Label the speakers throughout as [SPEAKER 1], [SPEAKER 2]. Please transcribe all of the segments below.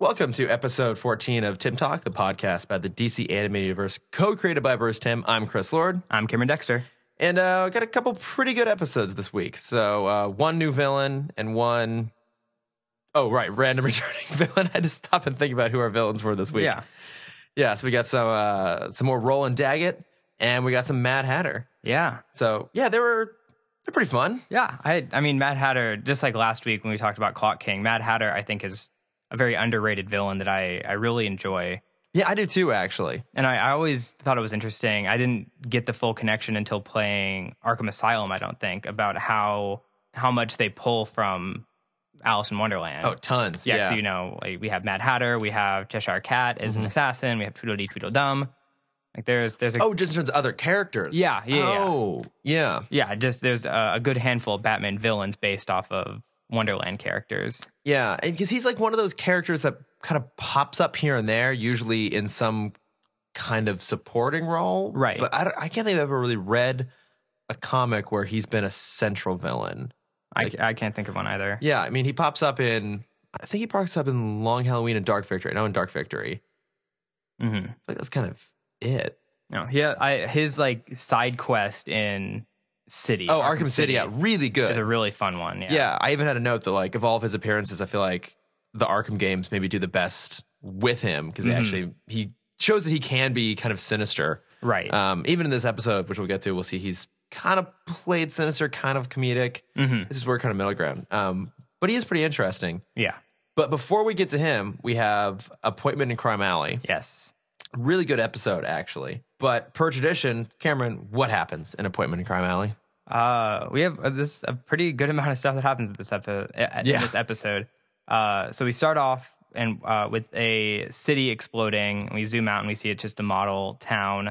[SPEAKER 1] Welcome to episode 14 of Tim Talk, the podcast by the DC Animated Universe, co created by Bruce Tim. I'm Chris Lord.
[SPEAKER 2] I'm Cameron Dexter.
[SPEAKER 1] And uh, I got a couple pretty good episodes this week. So uh, one new villain and one oh right, random returning villain. I had to stop and think about who our villains were this week.
[SPEAKER 2] Yeah.
[SPEAKER 1] Yeah, so we got some uh, some more Roland Daggett, and we got some Mad Hatter.
[SPEAKER 2] Yeah.
[SPEAKER 1] So yeah, they were they're pretty fun.
[SPEAKER 2] Yeah. I I mean Mad Hatter, just like last week when we talked about Clock King, Mad Hatter I think is a very underrated villain that I, I really enjoy.
[SPEAKER 1] Yeah, I do too, actually.
[SPEAKER 2] And I, I always thought it was interesting. I didn't get the full connection until playing Arkham Asylum, I don't think, about how how much they pull from Alice in Wonderland.
[SPEAKER 1] Oh, tons.
[SPEAKER 2] yeah,
[SPEAKER 1] Yeah, Mm-hmm.
[SPEAKER 2] So, you know, like we have Mad Hatter, we have Cheshire Cat as an assassin, we have Tweedledee Tweedledum. Like there's there's a
[SPEAKER 1] Oh, just in terms of other characters.
[SPEAKER 2] Yeah, yeah, yeah.
[SPEAKER 1] Oh, yeah.
[SPEAKER 2] yeah, just there's a, a good handful of Batman villains based off of Wonderland characters.
[SPEAKER 1] Yeah, because he's like one of those characters that kind of pops up here and there, usually in some kind of supporting role.
[SPEAKER 2] Right.
[SPEAKER 1] But I, don't- I can't think I've ever really read a comic where he's been a central villain. Like-
[SPEAKER 2] I, I can't think of one either.
[SPEAKER 1] Yeah, I mean, he pops up in, I think he pops up in Long Halloween and Dark Victory. No, in Dark Victory.
[SPEAKER 2] hmm
[SPEAKER 1] I feel like that's kind of it.
[SPEAKER 2] No, yeah, I, his like side quest in City.
[SPEAKER 1] Oh, Arkham, City, yeah, really good.
[SPEAKER 2] is a really fun one. Yeah,
[SPEAKER 1] yeah. I even had a note that like of all of his appearances, I feel like the Arkham games maybe do the best with him because
[SPEAKER 2] Mhm.
[SPEAKER 1] actually he shows that he can be kind of sinister.
[SPEAKER 2] right.
[SPEAKER 1] Um, even in this episode, which we'll get to, we'll see he's kind of played sinister, kind of comedic.
[SPEAKER 2] hmm
[SPEAKER 1] This is where kind of middle ground. Um, but he is pretty interesting.
[SPEAKER 2] Yeah.
[SPEAKER 1] But before we get to him, we have Appointment in Crime Alley.
[SPEAKER 2] Yes.
[SPEAKER 1] Really good episode, actually. But per tradition, Cameron, what happens in Appointment in Crime Alley?
[SPEAKER 2] Uh, we have uh, this a pretty good amount of stuff that happens in this, epi- uh,
[SPEAKER 1] Yeah.
[SPEAKER 2] in this episode. Uh, so we start off and uh, with a city exploding. We zoom out and we see it's just a model town,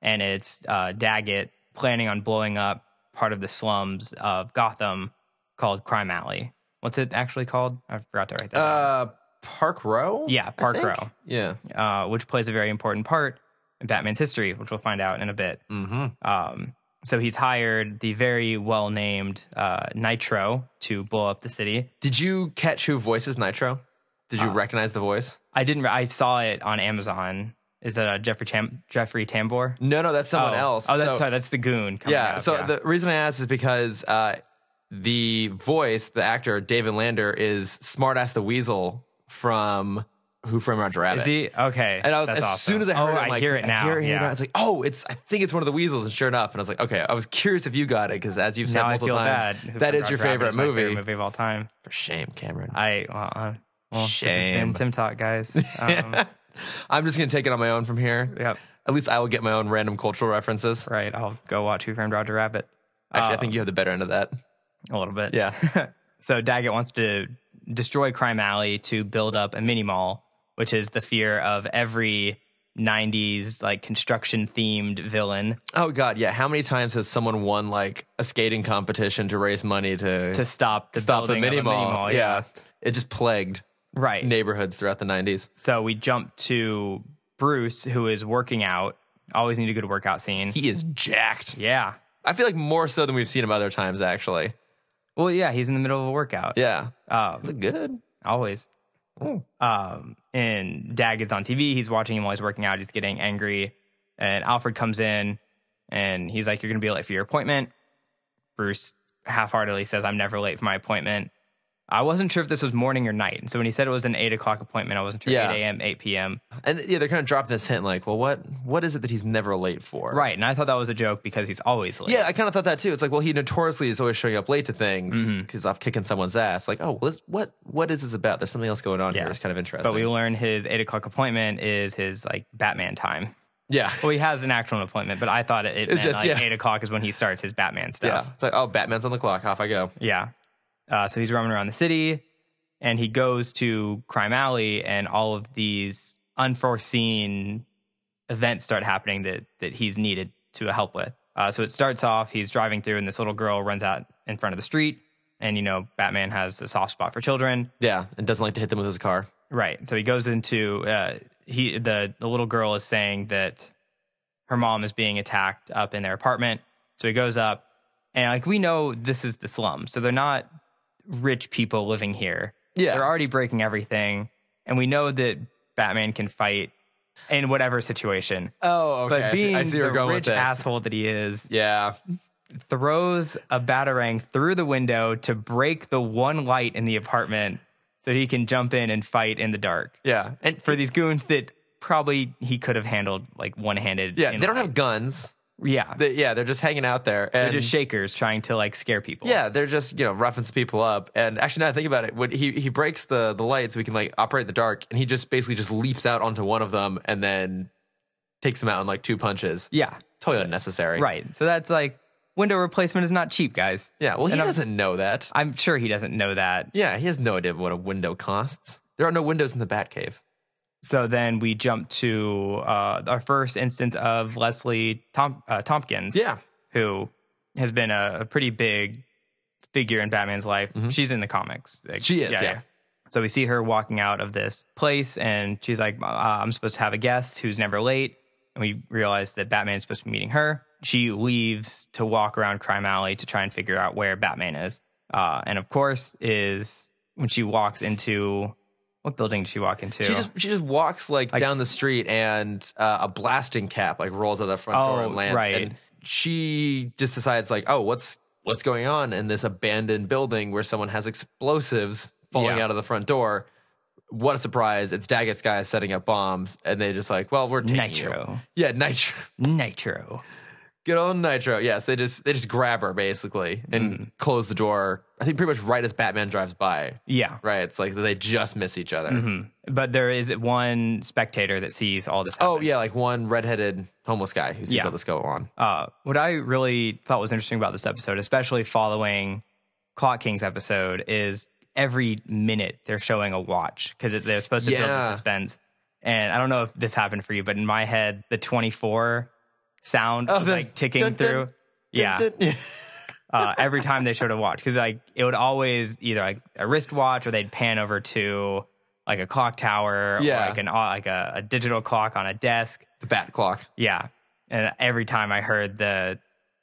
[SPEAKER 2] and it's uh, Daggett planning on blowing up part of the slums of Gotham called Crime Alley. What's it actually called? I forgot to write that. down.
[SPEAKER 1] Uh, Park Row?
[SPEAKER 2] Yeah,
[SPEAKER 1] I
[SPEAKER 2] Park
[SPEAKER 1] think?
[SPEAKER 2] Row.
[SPEAKER 1] Yeah.
[SPEAKER 2] uh, which plays a very important part in Batman's history, which we'll find out in a bit.
[SPEAKER 1] Mm-hmm.
[SPEAKER 2] Um, so he's hired the very well named uh, Nitro to blow up the city.
[SPEAKER 1] Did you catch who voices Nitro? Did
[SPEAKER 2] Uh.
[SPEAKER 1] you recognize the voice?
[SPEAKER 2] I didn't. I saw it on Amazon. Is that uh, Jeffrey Cham- Jeffrey Tambor?
[SPEAKER 1] No, no, that's someone
[SPEAKER 2] oh.
[SPEAKER 1] else.
[SPEAKER 2] Oh, that's
[SPEAKER 1] So-
[SPEAKER 2] sorry. That's the goon. Coming
[SPEAKER 1] yeah.
[SPEAKER 2] up,
[SPEAKER 1] so
[SPEAKER 2] yeah.
[SPEAKER 1] the reason I asked is because uh, the voice, the actor David Lander, is Smartass the Weasel from Who Framed Roger Rabbit.
[SPEAKER 2] is he okay?
[SPEAKER 1] and I was
[SPEAKER 2] that's
[SPEAKER 1] as
[SPEAKER 2] awesome.
[SPEAKER 1] soon as I heard
[SPEAKER 2] oh,
[SPEAKER 1] it, I'm
[SPEAKER 2] I
[SPEAKER 1] like,
[SPEAKER 2] hear it now.
[SPEAKER 1] I hear it
[SPEAKER 2] yeah.
[SPEAKER 1] now. It's like, oh, it's I think it's one of the weasels, and sure enough, and I was like, okay, I was curious if you got it because as you've said
[SPEAKER 2] now I
[SPEAKER 1] multiple
[SPEAKER 2] feel
[SPEAKER 1] times,
[SPEAKER 2] bad. Who
[SPEAKER 1] that
[SPEAKER 2] Framed
[SPEAKER 1] is your
[SPEAKER 2] Roger Rabbit
[SPEAKER 1] favorite
[SPEAKER 2] is my
[SPEAKER 1] movie.
[SPEAKER 2] movie of all time.
[SPEAKER 1] For shame, Cameron.
[SPEAKER 2] I well, uh, well this has
[SPEAKER 1] Shame.
[SPEAKER 2] been Tim Talk, guys. Um,
[SPEAKER 1] I'm just gonna take it on my own from here.
[SPEAKER 2] yep.
[SPEAKER 1] At least I will get my own random cultural references.
[SPEAKER 2] Right. I'll go watch Who Framed Roger Rabbit.
[SPEAKER 1] Actually, I
[SPEAKER 2] Uh,
[SPEAKER 1] think you have the better end of that.
[SPEAKER 2] a little bit.
[SPEAKER 1] Yeah.
[SPEAKER 2] so Daggett wants to destroy Crime Alley to build up a mini mall, which is the fear of every 90s like construction themed villain
[SPEAKER 1] Oh God, yeah. How many times has someone won like a skating competition to raise money to,
[SPEAKER 2] to stop the
[SPEAKER 1] stop the
[SPEAKER 2] building of a
[SPEAKER 1] mini mall?
[SPEAKER 2] mall,
[SPEAKER 1] Yeah. it just plagued
[SPEAKER 2] Right.
[SPEAKER 1] neighborhoods throughout the '90s.
[SPEAKER 2] So we jump to Bruce who is working out. Always need a good workout scene.
[SPEAKER 1] He is jacked.
[SPEAKER 2] yeah.
[SPEAKER 1] I feel like more so than we've seen him other times, actually.
[SPEAKER 2] Well, yeah, he's in the middle of a workout.
[SPEAKER 1] Yeah,
[SPEAKER 2] Um,
[SPEAKER 1] look good.
[SPEAKER 2] always.
[SPEAKER 1] Oh.
[SPEAKER 2] Um, and Daggett's on TV. He's watching him while he's working out. He's getting angry. And Alfred comes in and he's like, You're going to be late for your appointment. Bruce half heartedly says, I'm never late for my appointment. I wasn't sure if this was morning or night. So when he said it was an eight o'clock appointment, I wasn't sure
[SPEAKER 1] Yeah.
[SPEAKER 2] 8 a.m., 8 p.m.
[SPEAKER 1] And yeah, they're kind of dropping this hint, like, well, what what is it that he's never late for?
[SPEAKER 2] Right. And I thought that was a joke because he's always late.
[SPEAKER 1] Yeah, I kind of thought that too. It's like, well, he notoriously is always showing up late to things
[SPEAKER 2] Mm-hmm.
[SPEAKER 1] because off kicking someone's ass. Like, oh, well, this- what what is this about? There's something else going on
[SPEAKER 2] Yeah.
[SPEAKER 1] here. It's kind of interesting.
[SPEAKER 2] But we learn his eight o'clock appointment is his like Batman time.
[SPEAKER 1] yeah,
[SPEAKER 2] Well, he has an actual appointment, but I thought it, it
[SPEAKER 1] It's
[SPEAKER 2] meant
[SPEAKER 1] just-
[SPEAKER 2] like
[SPEAKER 1] yeah.
[SPEAKER 2] eight o'clock is when he starts his Batman stuff.
[SPEAKER 1] yeah. It's like, oh, Batman's on the clock. Off I go.
[SPEAKER 2] Yeah. Uh, so he's roaming around the city and he goes to Crime Alley and all of these unforeseen events start happening that, that he's needed to help with. Uh, so it starts off, he's driving through and this little girl runs out in front of the street. And, you know, Batman has a soft spot for children.
[SPEAKER 1] Yeah, and doesn't like to hit them with his car.
[SPEAKER 2] Right. So he goes into uh, he the the little girl is saying that her mom is being attacked up in their apartment. So he goes up and like we know this is the slum. So they're not rich people living here.
[SPEAKER 1] Yeah.
[SPEAKER 2] They're already breaking everything. and we know that Batman can fight in whatever situation.
[SPEAKER 1] Oh, okay. I
[SPEAKER 2] But
[SPEAKER 1] see-
[SPEAKER 2] being
[SPEAKER 1] I see
[SPEAKER 2] the
[SPEAKER 1] where you're going with
[SPEAKER 2] rich
[SPEAKER 1] this.
[SPEAKER 2] asshole that he is,
[SPEAKER 1] Yeah.
[SPEAKER 2] throws a batarang through the window to break the one light in the apartment so he can jump in and fight in the dark
[SPEAKER 1] Yeah. And
[SPEAKER 2] for these goons that probably he could have handled like one-handed.
[SPEAKER 1] yeah,
[SPEAKER 2] in
[SPEAKER 1] they don't
[SPEAKER 2] life.
[SPEAKER 1] have guns.
[SPEAKER 2] Yeah,
[SPEAKER 1] They, yeah, they're just hanging out there. And
[SPEAKER 2] they're just shakers trying to like scare people.
[SPEAKER 1] Yeah, they're just you know roughing people up. And actually, now that I think about it, when he he breaks the the light so we can like operate in the dark, and he just basically just leaps out onto one of them and then takes them out in like two punches.
[SPEAKER 2] yeah,
[SPEAKER 1] Totally unnecessary.
[SPEAKER 2] right. So that's like window replacement is not cheap, guys.
[SPEAKER 1] Yeah. Well, he
[SPEAKER 2] And I'm-
[SPEAKER 1] doesn't know that.
[SPEAKER 2] I'm sure he doesn't know that.
[SPEAKER 1] Yeah, he has no idea what a window costs. There are no windows in the Batcave.
[SPEAKER 2] So then we jump to uh, our first instance of Leslie Tom- uh, Tompkins,
[SPEAKER 1] Yeah.
[SPEAKER 2] who has been a, a pretty big figure in Batman's life.
[SPEAKER 1] Mhm.
[SPEAKER 2] She's in the comics. Like,
[SPEAKER 1] She is, yeah.
[SPEAKER 2] So we see her walking out of this place, and she's like, uh, "I'm supposed to have a guest who's never late." And we realize that Batman's supposed to be meeting her. She leaves to walk around Crime Alley to try and figure out where Batman is. Uh, and of course, is when she walks into what building did she walk into?
[SPEAKER 1] She just she just walks like,
[SPEAKER 2] Like-
[SPEAKER 1] down the street and uh, a blasting cap like rolls out the front door
[SPEAKER 2] Oh,
[SPEAKER 1] and lands.
[SPEAKER 2] right.
[SPEAKER 1] And she just decides like, oh, what's what's going on in this abandoned building where someone has explosives falling
[SPEAKER 2] Yeah.
[SPEAKER 1] out of the front door? What a surprise! It's Daggett's guys setting up bombs, and they just like, well, we're taking you.
[SPEAKER 2] Nitro.
[SPEAKER 1] Yeah, nitro.
[SPEAKER 2] Nitro.
[SPEAKER 1] Good old nitro. Yes, they just they just grab her basically and
[SPEAKER 2] Mm-hmm.
[SPEAKER 1] close the door. I think pretty much right as Batman drives by.
[SPEAKER 2] Yeah.
[SPEAKER 1] Right, it's like they just miss each other.
[SPEAKER 2] Mhm. But there is one spectator that sees all this.
[SPEAKER 1] Oh
[SPEAKER 2] happen.
[SPEAKER 1] yeah, like one redheaded homeless guy who sees
[SPEAKER 2] Yeah.
[SPEAKER 1] all this go on.
[SPEAKER 2] Uh, what I really thought was interesting about this episode, especially following Clock King's episode, is every minute they're showing a watch because they're supposed to build
[SPEAKER 1] Yeah.
[SPEAKER 2] the suspense. And I don't know if this happened for you, but in my head, the 24 sound
[SPEAKER 1] Oh,
[SPEAKER 2] was,
[SPEAKER 1] the
[SPEAKER 2] like ticking
[SPEAKER 1] dun, dun,
[SPEAKER 2] through. yeah. uh, every time they showed a watch because like it would always either like a wristwatch or they'd pan over to like a clock tower
[SPEAKER 1] Yeah.
[SPEAKER 2] or like an like a, a digital clock on a desk
[SPEAKER 1] the bat clock.
[SPEAKER 2] yeah and every time i heard the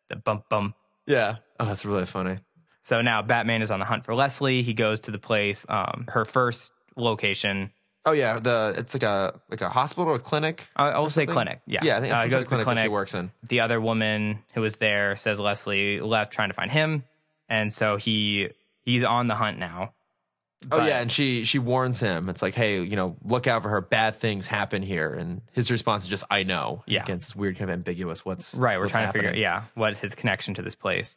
[SPEAKER 2] the bump bump
[SPEAKER 1] Yeah. Oh, that's really funny.
[SPEAKER 2] so now batman is on the hunt for leslie he goes to the place um her first location
[SPEAKER 1] Oh yeah, the it's like a like a hospital or clinic.
[SPEAKER 2] i will say
[SPEAKER 1] something?
[SPEAKER 2] clinic yeah
[SPEAKER 1] Yeah, I think it's
[SPEAKER 2] Uh,
[SPEAKER 1] some sort
[SPEAKER 2] he goes
[SPEAKER 1] of
[SPEAKER 2] to the
[SPEAKER 1] clinic, that she
[SPEAKER 2] clinic
[SPEAKER 1] works in.
[SPEAKER 2] the other woman who was there says Leslie left trying to find him, and so he he's on the hunt now.
[SPEAKER 1] Oh
[SPEAKER 2] But-
[SPEAKER 1] yeah, and she she warns him. It's like, hey, you know, look out for her. Bad things happen here. And his response is just, I know.
[SPEAKER 2] Yeah.
[SPEAKER 1] Again, it's weird, kind of ambiguous. What's
[SPEAKER 2] right. We're
[SPEAKER 1] what's
[SPEAKER 2] trying
[SPEAKER 1] happening.
[SPEAKER 2] to figure out yeah what is his connection to this place.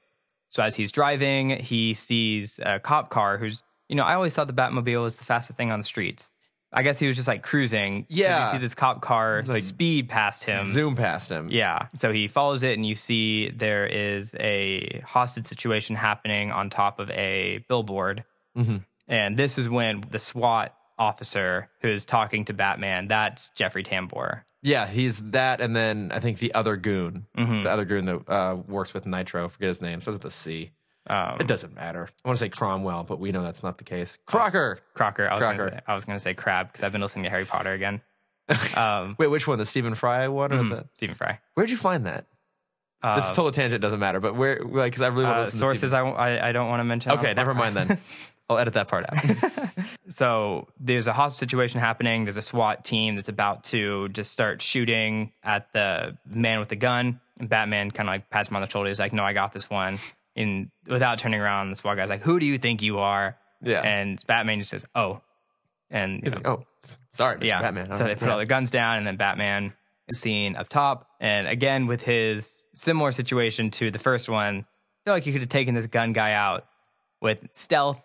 [SPEAKER 2] So as he's driving, he sees a cop car who's you know I always thought the Batmobile was the fastest thing on the streets. I guess he was just like cruising. 'cause
[SPEAKER 1] Yeah.
[SPEAKER 2] you see this cop car
[SPEAKER 1] Like-
[SPEAKER 2] speed past him.
[SPEAKER 1] Zoom past him.
[SPEAKER 2] um, Yeah. So he follows it, and you see there is a hostage situation happening on top of a billboard.
[SPEAKER 1] Mhm.
[SPEAKER 2] And this is when the SWAT officer who is talking to Batman, that's Jeffrey Tambor.
[SPEAKER 1] Yeah, he's that, and then I think the other goon,
[SPEAKER 2] Mhm.
[SPEAKER 1] the other goon that uh, works with Nitro. Forget his name. Starts with a C.
[SPEAKER 2] Um,
[SPEAKER 1] It doesn't matter. I want to say Cromwell, but we know that's not the case. Crocker.
[SPEAKER 2] Crocker. I was
[SPEAKER 1] Crocker.
[SPEAKER 2] Gonna say, I was going to say Crab because I've been listening to Harry Potter again. Um,
[SPEAKER 1] Wait, which one? The Stephen Fry one or the?
[SPEAKER 2] mhm, Stephen Fry.
[SPEAKER 1] Where'd you find that?
[SPEAKER 2] Uh,
[SPEAKER 1] That's a total tangent. Doesn't matter. But where? Like, because I really want to
[SPEAKER 2] uh,
[SPEAKER 1] listen to
[SPEAKER 2] sources
[SPEAKER 1] Stephen- Oh,
[SPEAKER 2] I, won't- I, I don't want to mention. on
[SPEAKER 1] okay,
[SPEAKER 2] the
[SPEAKER 1] never mind
[SPEAKER 2] podcast.
[SPEAKER 1] then. I'll edit that part out.
[SPEAKER 2] so there's a hostage situation happening. There's a SWAT team that's about to just start shooting at the man with the gun. And Batman kind of like pats him on the shoulder. He's like, "No, I got this one." And without turning around, the SWAT guy's like, "Who do you think you are?"
[SPEAKER 1] Yeah.
[SPEAKER 2] And Batman just says, "Oh," and you
[SPEAKER 1] He's
[SPEAKER 2] know,
[SPEAKER 1] like, oh, s- sorry, Mr.
[SPEAKER 2] yeah.
[SPEAKER 1] Batman.
[SPEAKER 2] So they
[SPEAKER 1] Alright,
[SPEAKER 2] put all the guns down, and then Batman is seen up top. And again, with his similar situation to the first one, I feel like you could have taken this gun guy out with stealth,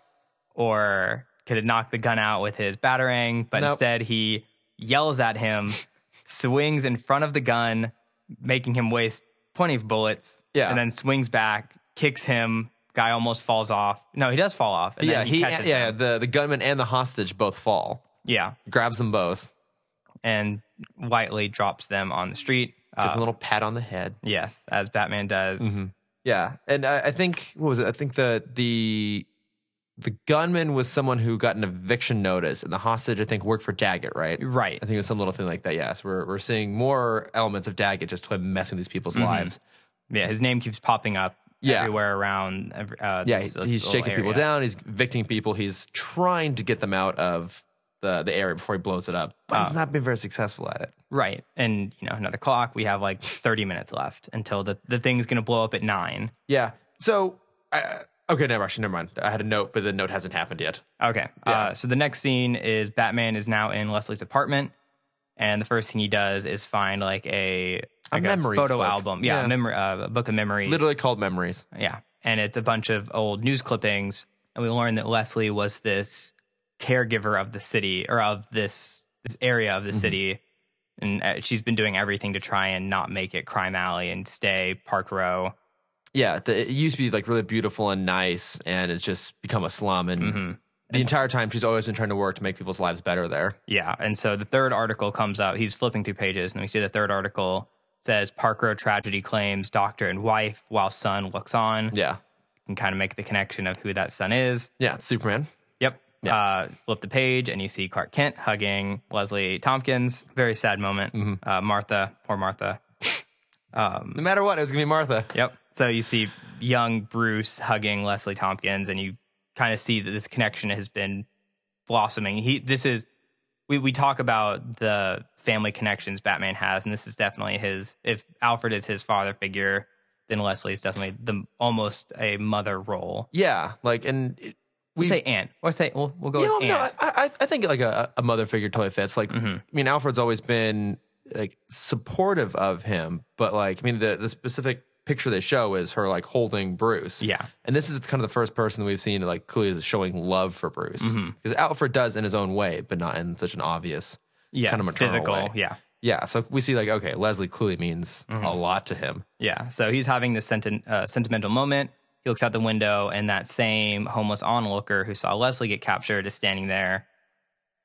[SPEAKER 2] or could have knocked the gun out with his batarang. But
[SPEAKER 1] Nope.
[SPEAKER 2] instead, he yells at him, swings in front of the gun, making him waste plenty of bullets.
[SPEAKER 1] Yeah.
[SPEAKER 2] and then swings back, kicks him. Guy almost falls off. No, he does fall off. And
[SPEAKER 1] yeah,
[SPEAKER 2] then
[SPEAKER 1] he,
[SPEAKER 2] he,
[SPEAKER 1] yeah,
[SPEAKER 2] catches
[SPEAKER 1] yeah,
[SPEAKER 2] him.
[SPEAKER 1] the the gunman and the hostage both fall.
[SPEAKER 2] yeah,
[SPEAKER 1] Grabs them both.
[SPEAKER 2] and lightly drops them on the street.
[SPEAKER 1] Gives
[SPEAKER 2] Uh,
[SPEAKER 1] a little pat on the head.
[SPEAKER 2] Yes, as Batman does.
[SPEAKER 1] Mm-hmm. Yeah, and I, I think what was it? I think the the the gunman was someone who got an eviction notice, and the hostage I think worked for Daggett, right?
[SPEAKER 2] Right.
[SPEAKER 1] I think it was some little thing like that. Yes, we're we're seeing more elements of Daggett just him messing with these people's
[SPEAKER 2] Mm-hmm.
[SPEAKER 1] lives.
[SPEAKER 2] Yeah, his name keeps popping up
[SPEAKER 1] Yeah.
[SPEAKER 2] everywhere around. every- Uh,
[SPEAKER 1] Yeah,
[SPEAKER 2] this-
[SPEAKER 1] he-
[SPEAKER 2] this
[SPEAKER 1] he's
[SPEAKER 2] little
[SPEAKER 1] shaking people
[SPEAKER 2] area.
[SPEAKER 1] down. He's evicting people. He's trying to get them out of the the area before he blows it up. But he's
[SPEAKER 2] Oh.
[SPEAKER 1] not been very successful at it.
[SPEAKER 2] Right. And, you know, another clock, we have like 30 minutes left until the, the thing's going to blow up at nine.
[SPEAKER 1] Yeah. So uh, okay, never actually, never mind. I had a note, but the note hasn't happened yet.
[SPEAKER 2] Okay.
[SPEAKER 1] Yeah.
[SPEAKER 2] Uh, so the next scene is Batman is now in Leslie's apartment. And the first thing he does is find like a,
[SPEAKER 1] A
[SPEAKER 2] like
[SPEAKER 1] memories
[SPEAKER 2] photo
[SPEAKER 1] book.
[SPEAKER 2] album. Yeah.
[SPEAKER 1] Yeah.
[SPEAKER 2] A, memory, uh, a book of memories.
[SPEAKER 1] Literally called memories.
[SPEAKER 2] Yeah. And it's a bunch of old news clippings. And we learn that Leslie was this caregiver of the city or of this this area of the city. And uh, she's been doing everything to try and not make it Crime Alley and stay Park Row.
[SPEAKER 1] Yeah, the, it used to be like really beautiful and nice, and it's just become a slum. And
[SPEAKER 2] hmm
[SPEAKER 1] the entire time, she's always been trying to work to make people's lives better there.
[SPEAKER 2] Yeah. And so the third article comes out. He's flipping through pages and we see the third article says Park Row tragedy claims doctor and wife while son looks on. You
[SPEAKER 1] Yeah,
[SPEAKER 2] can kind of make the connection of who that son is.
[SPEAKER 1] yeah, it's Superman.
[SPEAKER 2] Yep. Uh, flip the page and you see Clark Kent hugging Leslie Tompkins. Very sad moment.
[SPEAKER 1] Mm-hmm.
[SPEAKER 2] Uh, Martha, poor Martha.
[SPEAKER 1] No matter what, it was gonna be Martha.
[SPEAKER 2] Yep. So you see young Bruce hugging Leslie Tompkins, and you kind of see that this connection has been blossoming. He, this is, we, we talk about the family connections Batman has, and this is definitely his. If Alfred is his father figure, then Leslie is definitely the almost a mother role.
[SPEAKER 1] Yeah, like and it-
[SPEAKER 2] We
[SPEAKER 1] we
[SPEAKER 2] say aunt, or say we'll, we'll go
[SPEAKER 1] You know,
[SPEAKER 2] with
[SPEAKER 1] no,
[SPEAKER 2] aunt.
[SPEAKER 1] I, I I think like a, a mother figure totally fits. Like, I mean, Alfred's always been like supportive of him, but like, I mean, the the specific picture they show is her like holding Bruce.
[SPEAKER 2] Yeah.
[SPEAKER 1] and this is kind of the first person we've seen like clearly is showing love for Bruce because Alfred does in his own way, but not in such an obvious
[SPEAKER 2] yeah,
[SPEAKER 1] kind of maternal
[SPEAKER 2] physical.
[SPEAKER 1] way.
[SPEAKER 2] Yeah,
[SPEAKER 1] Yeah, Mm-hmm. so we see like okay, Leslie clearly means a lot to him.
[SPEAKER 2] Yeah. So he's having this senti- uh, sentimental moment. He looks out the window, and that same homeless onlooker who saw Leslie get captured is standing there.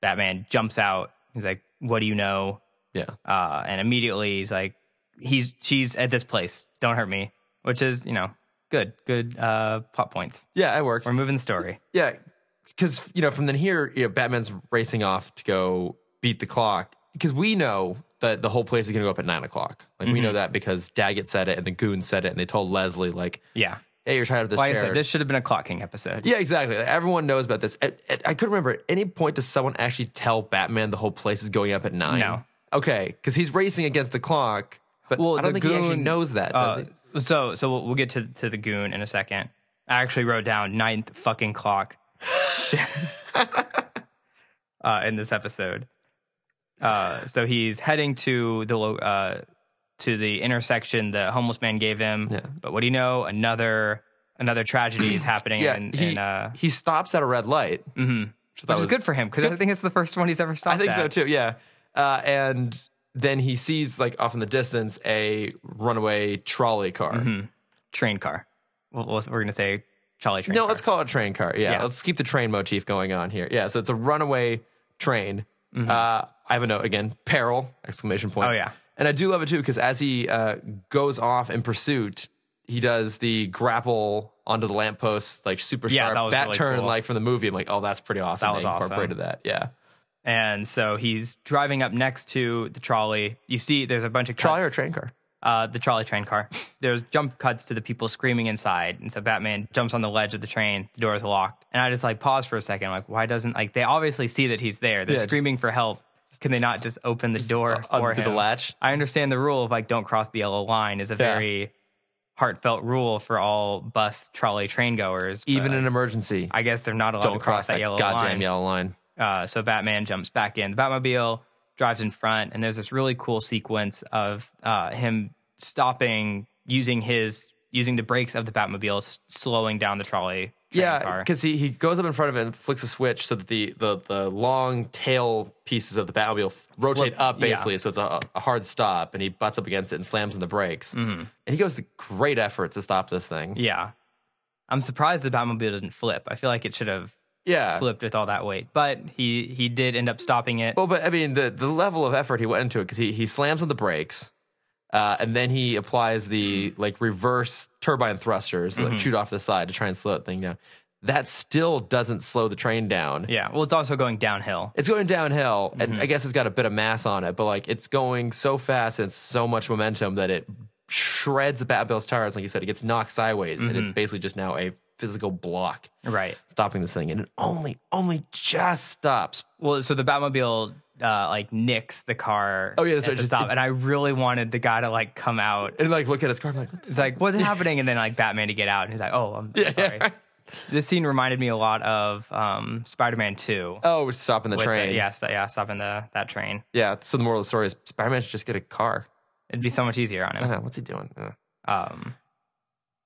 [SPEAKER 2] Batman jumps out. He's like, "What do you know?"
[SPEAKER 1] Yeah,
[SPEAKER 2] Uh, and immediately he's like, "He's she's at this place. Don't hurt me," which is you know good, good uh, plot points.
[SPEAKER 1] yeah, it works.
[SPEAKER 2] We're moving the story.
[SPEAKER 1] Yeah, because you know from then here, you know, Batman's racing off to go beat the clock because we know that the whole place is going to go up at nine o'clock. Like we know
[SPEAKER 2] Mm-hmm.
[SPEAKER 1] that because Daggett said it and the goon said it, and they told Leslie like,
[SPEAKER 2] Yeah.
[SPEAKER 1] "Hey, you're tired of this
[SPEAKER 2] Like I
[SPEAKER 1] chair."
[SPEAKER 2] said, this should have been a Clock King episode.
[SPEAKER 1] yeah, exactly. Like, everyone knows about this. I, I, I couldn't remember at any point does someone actually tell Batman the whole place is going up at nine?
[SPEAKER 2] No.
[SPEAKER 1] Okay, because he's racing against the clock, but
[SPEAKER 2] Well,
[SPEAKER 1] I don't
[SPEAKER 2] the
[SPEAKER 1] think he actually
[SPEAKER 2] goon-
[SPEAKER 1] knows that, does he?
[SPEAKER 2] Uh, So so we'll, we'll get to to the goon in a second. I actually wrote down ninth fucking clock. Shit. uh, in this episode. Uh, so he's heading to the lo- uh, to the intersection the homeless man gave him.
[SPEAKER 1] Yeah.
[SPEAKER 2] But what do you know? Another another tragedy is happening.
[SPEAKER 1] Yeah,
[SPEAKER 2] in,
[SPEAKER 1] he
[SPEAKER 2] in, uh,
[SPEAKER 1] he stops at a red light,
[SPEAKER 2] mhm.
[SPEAKER 1] so that
[SPEAKER 2] which is
[SPEAKER 1] was
[SPEAKER 2] good for him because I think it's the first one he's ever stopped.
[SPEAKER 1] I think
[SPEAKER 2] at.
[SPEAKER 1] so too. Yeah. Uh, and then he sees like off in the distance a runaway trolley car.
[SPEAKER 2] Mm-hmm. Train car. We'll, we'll- we're gonna say Charlie train.
[SPEAKER 1] No,
[SPEAKER 2] car.
[SPEAKER 1] let's call it a train car. Yeah,
[SPEAKER 2] Yeah.
[SPEAKER 1] let's keep the train motif going on here. Yeah, so it's a runaway train. Uh, I have a note again. Peril! Exclamation point.
[SPEAKER 2] Mm-hmm. Oh, yeah.
[SPEAKER 1] And I do love it too because as he uh, goes off in pursuit, he does the grapple onto the lamppost like super
[SPEAKER 2] Yeah,
[SPEAKER 1] sharp
[SPEAKER 2] that was
[SPEAKER 1] bat
[SPEAKER 2] really
[SPEAKER 1] turn
[SPEAKER 2] cool.
[SPEAKER 1] like from the movie. I'm like, oh, that's pretty awesome.
[SPEAKER 2] That
[SPEAKER 1] They
[SPEAKER 2] was awesome.
[SPEAKER 1] incorporated that. Yeah,
[SPEAKER 2] And so he's driving up next to the trolley. You see, there's a bunch of cuts,
[SPEAKER 1] trolley or train car.
[SPEAKER 2] uh, the trolley train car. there's jump cuts to the people screaming inside, and so Batman jumps on the ledge of the train. The door is locked, and I just like pause for a second, like why doesn't like they obviously see that he's there? They're
[SPEAKER 1] Yeah, just-
[SPEAKER 2] screaming for help. Can they not just open the door
[SPEAKER 1] uh,
[SPEAKER 2] for
[SPEAKER 1] to
[SPEAKER 2] him?
[SPEAKER 1] the latch.
[SPEAKER 2] I understand the rule of like don't cross the yellow line is a
[SPEAKER 1] Yeah.
[SPEAKER 2] very heartfelt rule for all bus, trolley, train goers. but,
[SPEAKER 1] Even in
[SPEAKER 2] like,
[SPEAKER 1] an emergency,
[SPEAKER 2] I guess they're not allowed
[SPEAKER 1] don't
[SPEAKER 2] to cross, that, yellow
[SPEAKER 1] goddamn
[SPEAKER 2] line.
[SPEAKER 1] yellow line.
[SPEAKER 2] Uh, so Batman jumps back in the Batmobile, drives in front, and there's this really cool sequence of uh, him stopping, using his using the brakes of the Batmobile, s- slowing down the trolley. train
[SPEAKER 1] Yeah,
[SPEAKER 2] car.
[SPEAKER 1] because he, he goes up in front of it and flicks a switch so that the, the, the long tail pieces of the Batmobile f- rotate
[SPEAKER 2] Flip,
[SPEAKER 1] up
[SPEAKER 2] yeah.
[SPEAKER 1] basically, so it's a, a hard stop. And he butts up against it and slams on the brakes.
[SPEAKER 2] Mm-hmm.
[SPEAKER 1] And he goes to great effort to stop this thing.
[SPEAKER 2] yeah. I'm surprised the Batmobile didn't flip. I feel like it should have
[SPEAKER 1] Yeah.
[SPEAKER 2] flipped with all that weight, but he he did end up stopping it.
[SPEAKER 1] Well, but I mean, the, the level of effort he went into it because he, he slams on the brakes. Uh, and then he applies the like reverse turbine thrusters
[SPEAKER 2] Mm-hmm.
[SPEAKER 1] that like, shoot off the side to try and slow that thing down. That still doesn't slow the train down.
[SPEAKER 2] Yeah. Well, it's also going downhill.
[SPEAKER 1] it's going downhill and
[SPEAKER 2] Mm-hmm.
[SPEAKER 1] i guess it's got a bit of mass on it but like it's going so fast and so much
[SPEAKER 2] Mm-hmm.
[SPEAKER 1] momentum that it shreds the batmobile's tires like you said it gets knocked sideways and it's basically just now a physical block
[SPEAKER 2] Right.
[SPEAKER 1] stopping this thing, and it only only just stops.
[SPEAKER 2] Well, so the Batmobile uh, like nicks the car.
[SPEAKER 1] Oh, yeah, that's
[SPEAKER 2] at
[SPEAKER 1] right.
[SPEAKER 2] the
[SPEAKER 1] Just-
[SPEAKER 2] stop, and I really wanted the guy to like come out.
[SPEAKER 1] And like look at his car, I'm like,
[SPEAKER 2] It's like what's happening, and then like Batman to get out, and he's like, "Oh, I'm, I'm
[SPEAKER 1] yeah,
[SPEAKER 2] sorry."
[SPEAKER 1] yeah.
[SPEAKER 2] This scene reminded me a lot of um, Spider-Man Two.
[SPEAKER 1] oh, we're stopping the
[SPEAKER 2] with
[SPEAKER 1] train.
[SPEAKER 2] The, yeah, st- yeah, stopping the that train.
[SPEAKER 1] yeah. So the moral of the story is Spider-Man should just get a car.
[SPEAKER 2] It'd be so much easier on him.
[SPEAKER 1] Uh, what's he doing? Uh,
[SPEAKER 2] Um,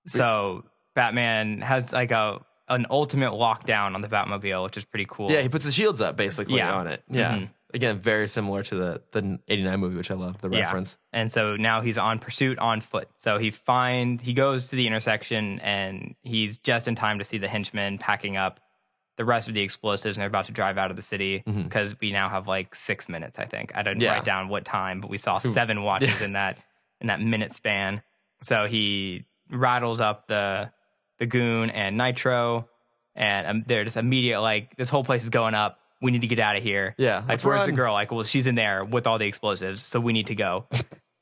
[SPEAKER 2] so Batman has like a an ultimate lockdown on the Batmobile, which is pretty cool.
[SPEAKER 1] Yeah, he puts the shields up basically
[SPEAKER 2] Yeah.
[SPEAKER 1] on it. Yeah.
[SPEAKER 2] Mhm.
[SPEAKER 1] Again, very similar to the the '89 movie, which I love the
[SPEAKER 2] Yeah.
[SPEAKER 1] reference.
[SPEAKER 2] and so now he's on pursuit on foot. So he find he goes to the intersection and he's just in time to see the henchmen packing up the rest of the explosives and they're about to drive out of the city
[SPEAKER 1] Mhm.
[SPEAKER 2] because we now have like six minutes, I think. I didn't
[SPEAKER 1] Yeah.
[SPEAKER 2] write down what time, but we saw seven watches in that in that minute span. So he rattles up the the goon and nitro and um, they're just immediate like this whole place is going up. We need to get out of here.
[SPEAKER 1] Yeah,
[SPEAKER 2] Like,
[SPEAKER 1] let's
[SPEAKER 2] where's the
[SPEAKER 1] run.
[SPEAKER 2] girl? Like, well, she's in there with all the explosives, so we need to go.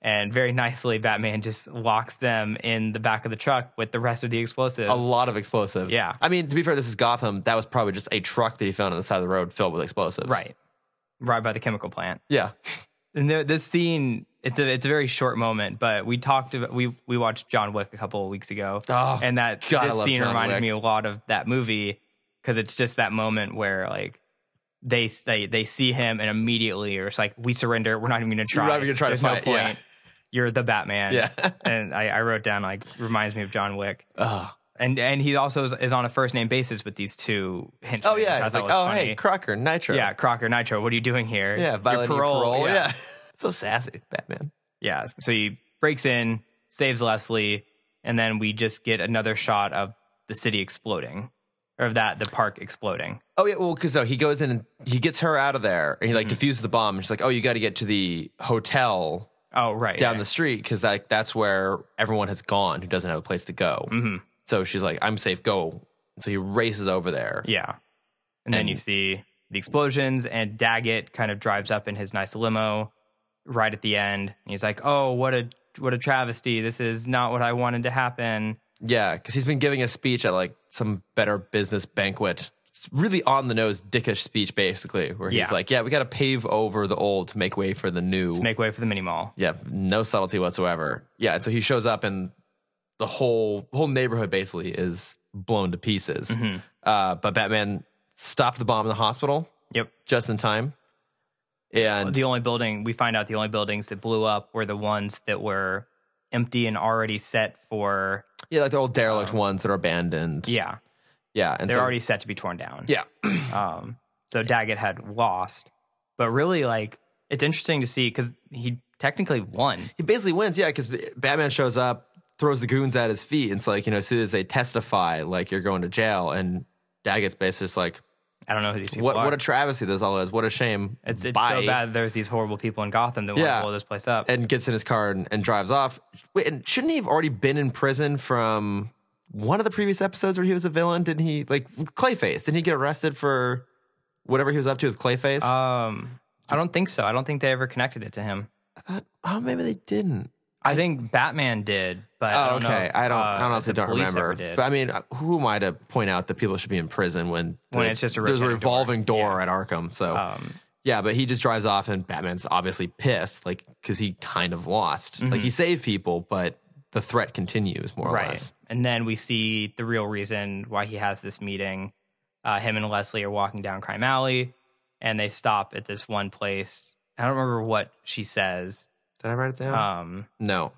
[SPEAKER 2] and very nicely, Batman just locks them in the back of the truck with the rest of the explosives.
[SPEAKER 1] A lot of explosives.
[SPEAKER 2] Yeah.
[SPEAKER 1] I mean, to be fair, this is Gotham. That was probably just a truck that he found on the side of the road filled with explosives.
[SPEAKER 2] right. Right by the chemical plant.
[SPEAKER 1] Yeah.
[SPEAKER 2] And there, this scene, it's a, it's a very short moment, but we talked about, we, we watched John Wick a couple of weeks ago.
[SPEAKER 1] Oh,
[SPEAKER 2] and that
[SPEAKER 1] God, I
[SPEAKER 2] this
[SPEAKER 1] love
[SPEAKER 2] scene
[SPEAKER 1] John
[SPEAKER 2] reminded
[SPEAKER 1] Wick.
[SPEAKER 2] me a lot of that movie because it's just that moment where like they they they see him and immediately it's like we surrender. We're not even going to try.
[SPEAKER 1] not even gonna try to
[SPEAKER 2] There's
[SPEAKER 1] fight,
[SPEAKER 2] No
[SPEAKER 1] yeah.
[SPEAKER 2] point. You're the Batman.
[SPEAKER 1] Yeah.
[SPEAKER 2] and I, I wrote down like reminds me of John Wick.
[SPEAKER 1] oh.
[SPEAKER 2] And and he also is, is on a first name basis with these two henchmen.
[SPEAKER 1] Oh, yeah.
[SPEAKER 2] which I
[SPEAKER 1] It's
[SPEAKER 2] thought
[SPEAKER 1] like, oh,
[SPEAKER 2] was funny.
[SPEAKER 1] hey, Crocker, Nitro.
[SPEAKER 2] yeah, Crocker Nitro, what are you doing here?
[SPEAKER 1] Yeah.
[SPEAKER 2] Your
[SPEAKER 1] Violating your parole. Yeah.
[SPEAKER 2] yeah,
[SPEAKER 1] so sassy, Batman.
[SPEAKER 2] yeah. So he breaks in, saves Leslie, and then we just get another shot of the city exploding, or of that the park exploding.
[SPEAKER 1] Oh, yeah. Well, because no, he goes in and he gets her out of there and he like
[SPEAKER 2] Mm-hmm.
[SPEAKER 1] defuses the bomb. And she's like, oh, you got to get to the hotel
[SPEAKER 2] Oh right,
[SPEAKER 1] down the street because like, that's where everyone has gone who doesn't have a place to go.
[SPEAKER 2] hmm
[SPEAKER 1] So she's like, I'm safe, go. So he races over there.
[SPEAKER 2] yeah, and then
[SPEAKER 1] And-
[SPEAKER 2] you see the explosions, and Daggett kind of drives up in his nice limo right at the end. And he's like, "Oh, what a what a travesty! This is not what I wanted to happen."
[SPEAKER 1] Yeah, because he's been giving a speech at like some better business banquet. It's really on the nose, dickish speech, basically, where he's
[SPEAKER 2] Yeah.
[SPEAKER 1] like, "Yeah, we got to pave over the old to make way for the new."
[SPEAKER 2] Make way for the mini mall.
[SPEAKER 1] yeah, no subtlety whatsoever. Yeah, and so he shows up, and the whole whole neighborhood basically is blown to pieces.
[SPEAKER 2] Mm-hmm.
[SPEAKER 1] Uh, but Batman stopped the bomb in the hospital
[SPEAKER 2] Yep.
[SPEAKER 1] just in time, and
[SPEAKER 2] the only building we find out the only buildings that blew up were the ones that were empty and already set for
[SPEAKER 1] yeah, like the old derelict ones that are abandoned.
[SPEAKER 2] Um, yeah
[SPEAKER 1] yeah, and
[SPEAKER 2] they're
[SPEAKER 1] so,
[SPEAKER 2] already set to be torn down
[SPEAKER 1] yeah,
[SPEAKER 2] um so daggett had lost but really like it's interesting to see because he technically won
[SPEAKER 1] he basically wins, yeah, because Batman shows up, throws the goons at his feet, and it's like, you know, as soon as they testify, like you're going to jail, and Daggett's basically just like,
[SPEAKER 2] i don't know who these people
[SPEAKER 1] what
[SPEAKER 2] are
[SPEAKER 1] what a travesty this all is, what a shame.
[SPEAKER 2] it's, it's
[SPEAKER 1] Bye.
[SPEAKER 2] so bad that there's these horrible people in gotham that want
[SPEAKER 1] Yeah.
[SPEAKER 2] to blow this place up
[SPEAKER 1] And gets in his car and, and drives off. Wait, and shouldn't he have already been in prison from one of the previous episodes where he was a villain? Didn't he like Clayface? Didn't he get arrested for whatever he was up to with Clayface?
[SPEAKER 2] um i don't think so i don't think they ever connected it to him
[SPEAKER 1] I thought, oh, maybe they didn't.
[SPEAKER 2] i think batman did but I
[SPEAKER 1] Oh,
[SPEAKER 2] don't know
[SPEAKER 1] okay.
[SPEAKER 2] if,
[SPEAKER 1] I don't. I
[SPEAKER 2] uh,
[SPEAKER 1] honestly
[SPEAKER 2] the
[SPEAKER 1] don't
[SPEAKER 2] police ever
[SPEAKER 1] remember.
[SPEAKER 2] did.
[SPEAKER 1] But I mean, uh, who am I to point out that people should be in prison when
[SPEAKER 2] When
[SPEAKER 1] the-
[SPEAKER 2] it's just a
[SPEAKER 1] there's a revolving
[SPEAKER 2] revolving
[SPEAKER 1] door,
[SPEAKER 2] door.
[SPEAKER 1] at Arkham? So
[SPEAKER 2] um
[SPEAKER 1] yeah, but he just drives off, and Batman's obviously pissed, like because he kind of lost. Like
[SPEAKER 2] Mm-hmm.
[SPEAKER 1] he saved people, but the threat continues more or less.
[SPEAKER 2] And then we see the real reason why he has this meeting. Uh, him and Leslie are walking down Crime Alley, and they stop at this one place. I don't remember what she says,
[SPEAKER 1] Did I write it down?
[SPEAKER 2] um,
[SPEAKER 1] no,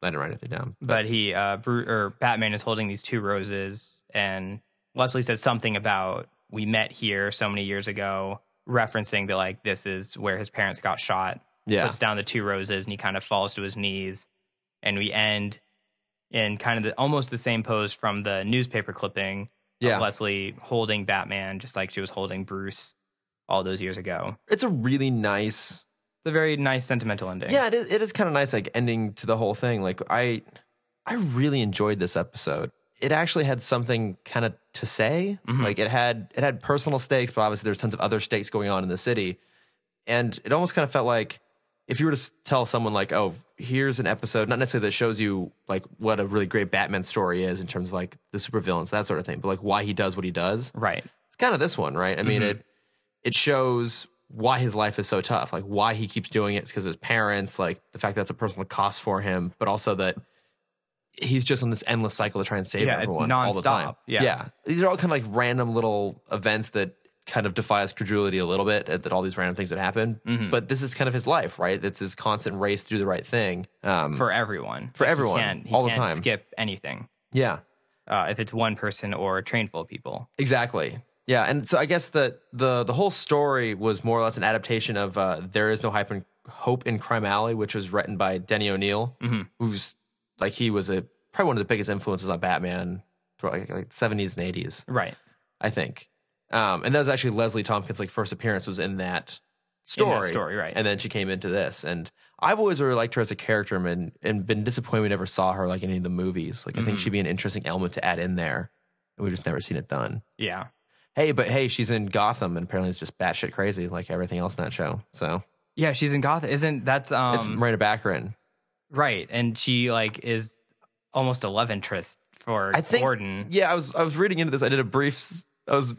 [SPEAKER 1] I didn't write it down.
[SPEAKER 2] but he, uh, Bru- or Batman, is holding these two roses, and Leslie says something about we met here so many years ago, referencing that like this is where his parents got shot
[SPEAKER 1] yeah,
[SPEAKER 2] puts down the two roses and he kind of falls to his knees and we end in kind of the, almost the same pose from the newspaper clipping of
[SPEAKER 1] yeah,
[SPEAKER 2] leslie holding batman just like she was holding bruce all those years ago
[SPEAKER 1] it's a really nice.
[SPEAKER 2] it's a very nice sentimental ending
[SPEAKER 1] Yeah, it is. It is kind of nice, like ending to the whole thing. Like I, I really enjoyed this episode. It actually had something kind of to say.
[SPEAKER 2] Mhm.
[SPEAKER 1] Like it had it had personal stakes, but obviously there's tons of other stakes going on in the city, and it almost kind of felt like if you were to s- tell someone like, "Oh, here's an episode, not necessarily that shows you like what a really great Batman story is in terms of like the supervillains, that sort of thing, but like why he does what he does.
[SPEAKER 2] Right.
[SPEAKER 1] It's kind of this one, right? I mean,
[SPEAKER 2] Mhm.
[SPEAKER 1] it it shows why his life is so tough, like why he keeps doing it. It's because of his parents, like the fact that's a personal cost for him, but also that he's just on this endless cycle to try and save
[SPEAKER 2] Yeah, it's
[SPEAKER 1] everyone all the
[SPEAKER 2] nonstop.
[SPEAKER 1] time.
[SPEAKER 2] Yeah.
[SPEAKER 1] These are all kind of like random little events that kind of defies credulity a little bit at, that all these random things that happen.
[SPEAKER 2] Mhm.
[SPEAKER 1] But this is kind of his life, right? It's his constant race to do the right thing. Um,
[SPEAKER 2] For everyone.
[SPEAKER 1] For
[SPEAKER 2] Like, he
[SPEAKER 1] everyone,
[SPEAKER 2] can't- he
[SPEAKER 1] all the
[SPEAKER 2] can't
[SPEAKER 1] time.
[SPEAKER 2] Skip anything.
[SPEAKER 1] yeah.
[SPEAKER 2] Uh, if it's one person or a train full of people.
[SPEAKER 1] Exactly. Yeah, and so I guess that the the whole story was more or less an adaptation of uh, "There Is No Hype in, Hope in Crime Alley," which was written by Denny O'Neil,
[SPEAKER 2] Mhm.
[SPEAKER 1] who's like he was a probably one of the biggest influences on Batman, probably like seventies and eighties,
[SPEAKER 2] Right.
[SPEAKER 1] I think. Um, and that was actually Leslie Tompkins' like first appearance was in that
[SPEAKER 2] In that
[SPEAKER 1] story,
[SPEAKER 2] story, right.
[SPEAKER 1] and then she came into this, and I've always really liked her as a character, and and been disappointed we never saw her like in any of the movies. Like I think
[SPEAKER 2] Mhm.
[SPEAKER 1] she'd be an interesting element to add in there, and we've just never seen it done
[SPEAKER 2] yeah.
[SPEAKER 1] hey, but hey, she's in Gotham and apparently it's just batshit crazy like everything else in that show. So
[SPEAKER 2] Yeah, she's in Gotham. Isn't that's um
[SPEAKER 1] it's Marina Baccarin.
[SPEAKER 2] right. And she like is almost a love interest for
[SPEAKER 1] I think-
[SPEAKER 2] Gordon.
[SPEAKER 1] Yeah, I was I was reading into this. I did a brief. s- I was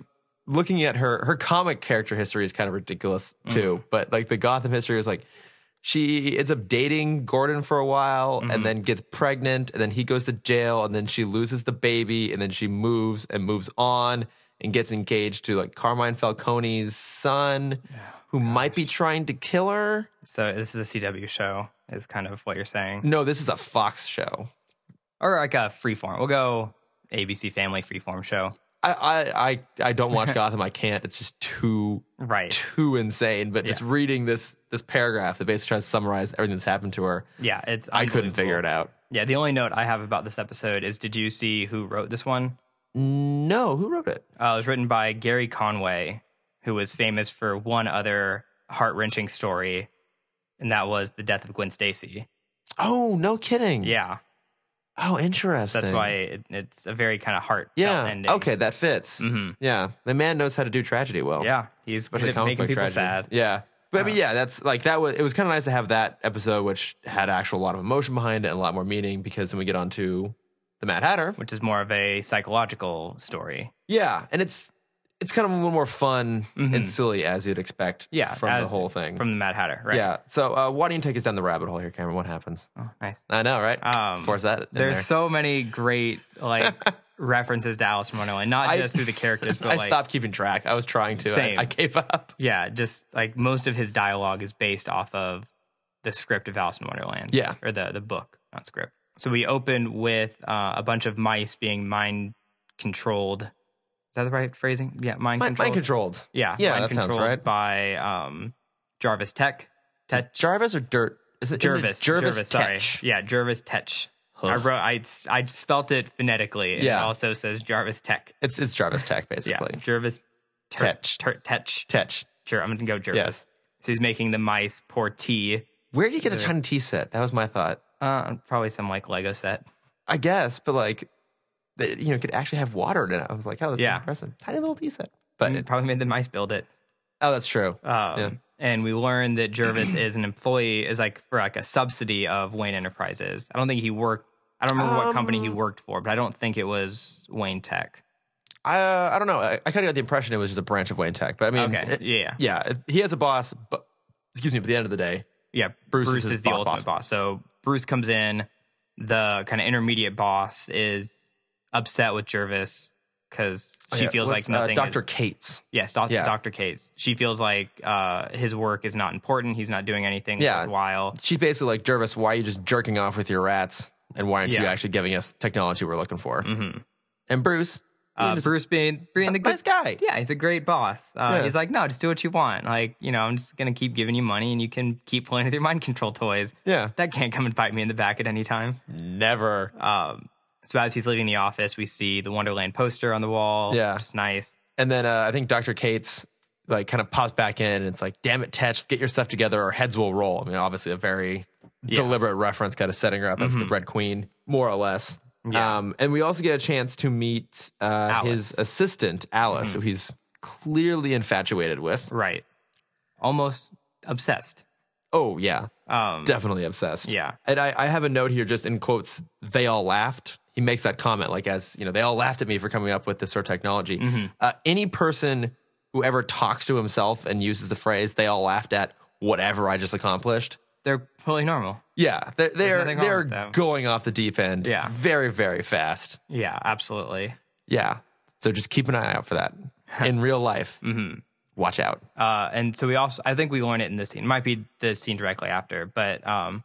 [SPEAKER 1] looking at her her comic character history is kind of ridiculous too, but like the Gotham history is like. She ends up dating Gordon for a while and then gets pregnant and then he goes to jail and then she loses the baby and then she moves and moves on and gets engaged to like Carmine Falcone's son who might be trying to kill her.
[SPEAKER 2] So this is a CW show, is kind of what you're saying.
[SPEAKER 1] No, this is a Fox show.
[SPEAKER 2] Or like a freeform. We'll go ABC Family freeform show.
[SPEAKER 1] I I I, I don't watch Gotham. I can't. It's just too
[SPEAKER 2] Right.
[SPEAKER 1] too insane. But just reading this this paragraph that basically tries to summarize everything that's happened to her,
[SPEAKER 2] Yeah, it's
[SPEAKER 1] I couldn't figure it out.
[SPEAKER 2] Yeah, the only note I have about this episode is did you see who wrote this one?
[SPEAKER 1] No, who wrote it?
[SPEAKER 2] Uh, it was written by Gary Conway, who was famous for one other heart wrenching story, and that was the death of Gwen Stacy.
[SPEAKER 1] Oh, no kidding.
[SPEAKER 2] Yeah,
[SPEAKER 1] Oh, interesting.
[SPEAKER 2] that's why it, it's a very kind of heart
[SPEAKER 1] Yeah.
[SPEAKER 2] ending.
[SPEAKER 1] Okay, that fits.
[SPEAKER 2] hmm
[SPEAKER 1] Yeah, the man knows how to do tragedy well.
[SPEAKER 2] Yeah, he's good
[SPEAKER 1] especially
[SPEAKER 2] at
[SPEAKER 1] comic
[SPEAKER 2] making
[SPEAKER 1] book
[SPEAKER 2] people
[SPEAKER 1] tragedy.
[SPEAKER 2] sad. Uh-huh.
[SPEAKER 1] Yeah. But I mean, yeah, that's like that was. It was kind of nice to have that episode, which had actual lot of emotion behind it and a lot more meaning, because then we get on to the Mad Hatter,
[SPEAKER 2] Which is more of a psychological story.
[SPEAKER 1] Yeah, and it's it's kind of a little more fun
[SPEAKER 2] Mhm.
[SPEAKER 1] and silly as you'd expect.
[SPEAKER 2] Yeah,
[SPEAKER 1] from the
[SPEAKER 2] as-
[SPEAKER 1] whole thing.
[SPEAKER 2] from the Mad Hatter, right?
[SPEAKER 1] Yeah. So uh, why don't you take us down the rabbit hole here, Cameron? What happens?
[SPEAKER 2] Oh, nice.
[SPEAKER 1] I know, right?
[SPEAKER 2] Um,
[SPEAKER 1] Force that. in
[SPEAKER 2] There's
[SPEAKER 1] there.
[SPEAKER 2] so many great like references to Alice from Wonderland, not
[SPEAKER 1] I-
[SPEAKER 2] just through the characters, but
[SPEAKER 1] I
[SPEAKER 2] like
[SPEAKER 1] stopped keeping track. I was trying to. I,
[SPEAKER 2] Same.
[SPEAKER 1] I gave up.
[SPEAKER 2] yeah, just like most of his dialogue is based off of the script of Alice in Wonderland.
[SPEAKER 1] Yeah.
[SPEAKER 2] or the the book, not script. So we open with uh, a bunch of mice being mind controlled. Is that the right phrasing? Yeah, mind
[SPEAKER 1] Mind,
[SPEAKER 2] controlled.
[SPEAKER 1] mind controlled.
[SPEAKER 2] yeah,
[SPEAKER 1] Yeah,
[SPEAKER 2] mind
[SPEAKER 1] that sounds
[SPEAKER 2] controlled
[SPEAKER 1] right.
[SPEAKER 2] By um, Jarvis Tech.
[SPEAKER 1] Is it Jarvis or Dirt? Is it
[SPEAKER 2] Jervis.
[SPEAKER 1] Is it Jervis.
[SPEAKER 2] sorry.
[SPEAKER 1] Tetch?
[SPEAKER 2] Yeah, Jervis Tetch. I
[SPEAKER 1] Ugh.
[SPEAKER 2] wrote. I I spelt it phonetically. And
[SPEAKER 1] Yeah.
[SPEAKER 2] It also says Jarvis Tech.
[SPEAKER 1] It's it's Jarvis Tech
[SPEAKER 2] Yeah,
[SPEAKER 1] basically.
[SPEAKER 2] Jervis
[SPEAKER 1] Tetch.
[SPEAKER 2] Ter- Tetch.
[SPEAKER 1] Tetch.
[SPEAKER 2] Sure, I'm gonna go Jervis.
[SPEAKER 1] Yes.
[SPEAKER 2] So he's making the mice pour tea.
[SPEAKER 1] Where do you get the
[SPEAKER 2] Is it-
[SPEAKER 1] China tea set? That was my thought.
[SPEAKER 2] Uh, probably some like Lego set.
[SPEAKER 1] I guess, but like, that you know, it could actually have water in it. I was like, oh, that's
[SPEAKER 2] Yeah. Mm.
[SPEAKER 1] impressive. Tiny little tea set. But
[SPEAKER 2] And
[SPEAKER 1] it,
[SPEAKER 2] probably made the mice build it.
[SPEAKER 1] oh, that's true.
[SPEAKER 2] Um,
[SPEAKER 1] Yeah.
[SPEAKER 2] And we learned that Jervis is an employee, is like for like a subsidy of Wayne Enterprises. I don't think he worked. I don't remember what company he
[SPEAKER 1] Um,
[SPEAKER 2] worked for, but I don't think it was Wayne Tech.
[SPEAKER 1] I I don't know. I, I kind of got the impression it was just a branch of Wayne Tech, but I mean,
[SPEAKER 2] Okay,
[SPEAKER 1] Um, it-
[SPEAKER 2] yeah,
[SPEAKER 1] yeah, it- he has a boss, but excuse me. But at the end of the day,
[SPEAKER 2] yeah.
[SPEAKER 1] Bruce
[SPEAKER 2] Bruce,
[SPEAKER 1] is
[SPEAKER 2] is,
[SPEAKER 1] his
[SPEAKER 2] the
[SPEAKER 1] boss,
[SPEAKER 2] ultimate
[SPEAKER 1] boss.
[SPEAKER 2] boss. So Bruce comes in. The kind of intermediate boss is upset with Jervis because she
[SPEAKER 1] Oh, Yeah,
[SPEAKER 2] feels
[SPEAKER 1] what's, uh,
[SPEAKER 2] like nothing. is-
[SPEAKER 1] Doctor Cates.
[SPEAKER 2] Yes, doc-
[SPEAKER 1] Yeah.
[SPEAKER 2] Dr. Cates. She feels like uh, his work is not important. He's not doing anything
[SPEAKER 1] Yeah.
[SPEAKER 2] worthwhile.
[SPEAKER 1] She's basically like Jervis. Why are you just jerking off with your rats? And why aren't you
[SPEAKER 2] Yeah.
[SPEAKER 1] actually giving us technology we're looking for?
[SPEAKER 2] Mhm.
[SPEAKER 1] And Bruce,
[SPEAKER 2] Uh,
[SPEAKER 1] you know,
[SPEAKER 2] Bruce being, being the
[SPEAKER 1] just
[SPEAKER 2] good.
[SPEAKER 1] nice guy.
[SPEAKER 2] Yeah, he's a great boss. Uh,
[SPEAKER 1] Yeah.
[SPEAKER 2] He's like, no, just do what you want. Like, you know, I'm just going to keep giving you money and you can keep playing with your mind control toys.
[SPEAKER 1] Yeah,
[SPEAKER 2] That can't come and bite me in the back at any time.
[SPEAKER 1] never.
[SPEAKER 2] Um, so as he's leaving the office, we see the Wonderland poster on the wall.
[SPEAKER 1] Yeah.
[SPEAKER 2] Which is nice.
[SPEAKER 1] And then uh, I think Doctor Cates like kind of pops back in, and it's like, "Damn it, Tetch, get your stuff together, or heads will roll." I mean, obviously, a very deliberate reference, kind of setting her up as the Red Queen, more or less.
[SPEAKER 2] Mm-hmm. Yeah.
[SPEAKER 1] Um, and we also get a chance to meet uh, his
[SPEAKER 2] Alice. Mm-hmm.
[SPEAKER 1] assistant, Alice, who he's clearly infatuated with.
[SPEAKER 2] Right. Almost obsessed.
[SPEAKER 1] Oh yeah,
[SPEAKER 2] Um,
[SPEAKER 1] definitely obsessed.
[SPEAKER 2] Yeah.
[SPEAKER 1] And I, I have a note here just in quotes, they all laughed. He makes that comment, like, as you know, they all laughed at me for coming up with this sort of technology.
[SPEAKER 2] Mm-hmm.
[SPEAKER 1] Uh, any person who ever talks to himself and uses the phrase, they all laughed at whatever I just accomplished.
[SPEAKER 2] They're fully normal.
[SPEAKER 1] Yeah. They're, they're,
[SPEAKER 2] nothing wrong with
[SPEAKER 1] they're
[SPEAKER 2] that.
[SPEAKER 1] going off the deep end
[SPEAKER 2] Yeah.
[SPEAKER 1] very, very fast.
[SPEAKER 2] Yeah, absolutely.
[SPEAKER 1] Yeah. So just keep an eye out for that in real life.
[SPEAKER 2] Mm-hmm.
[SPEAKER 1] Watch out.
[SPEAKER 2] Uh, and so we also, I think we learn it in this scene. It might be the scene directly after, but um,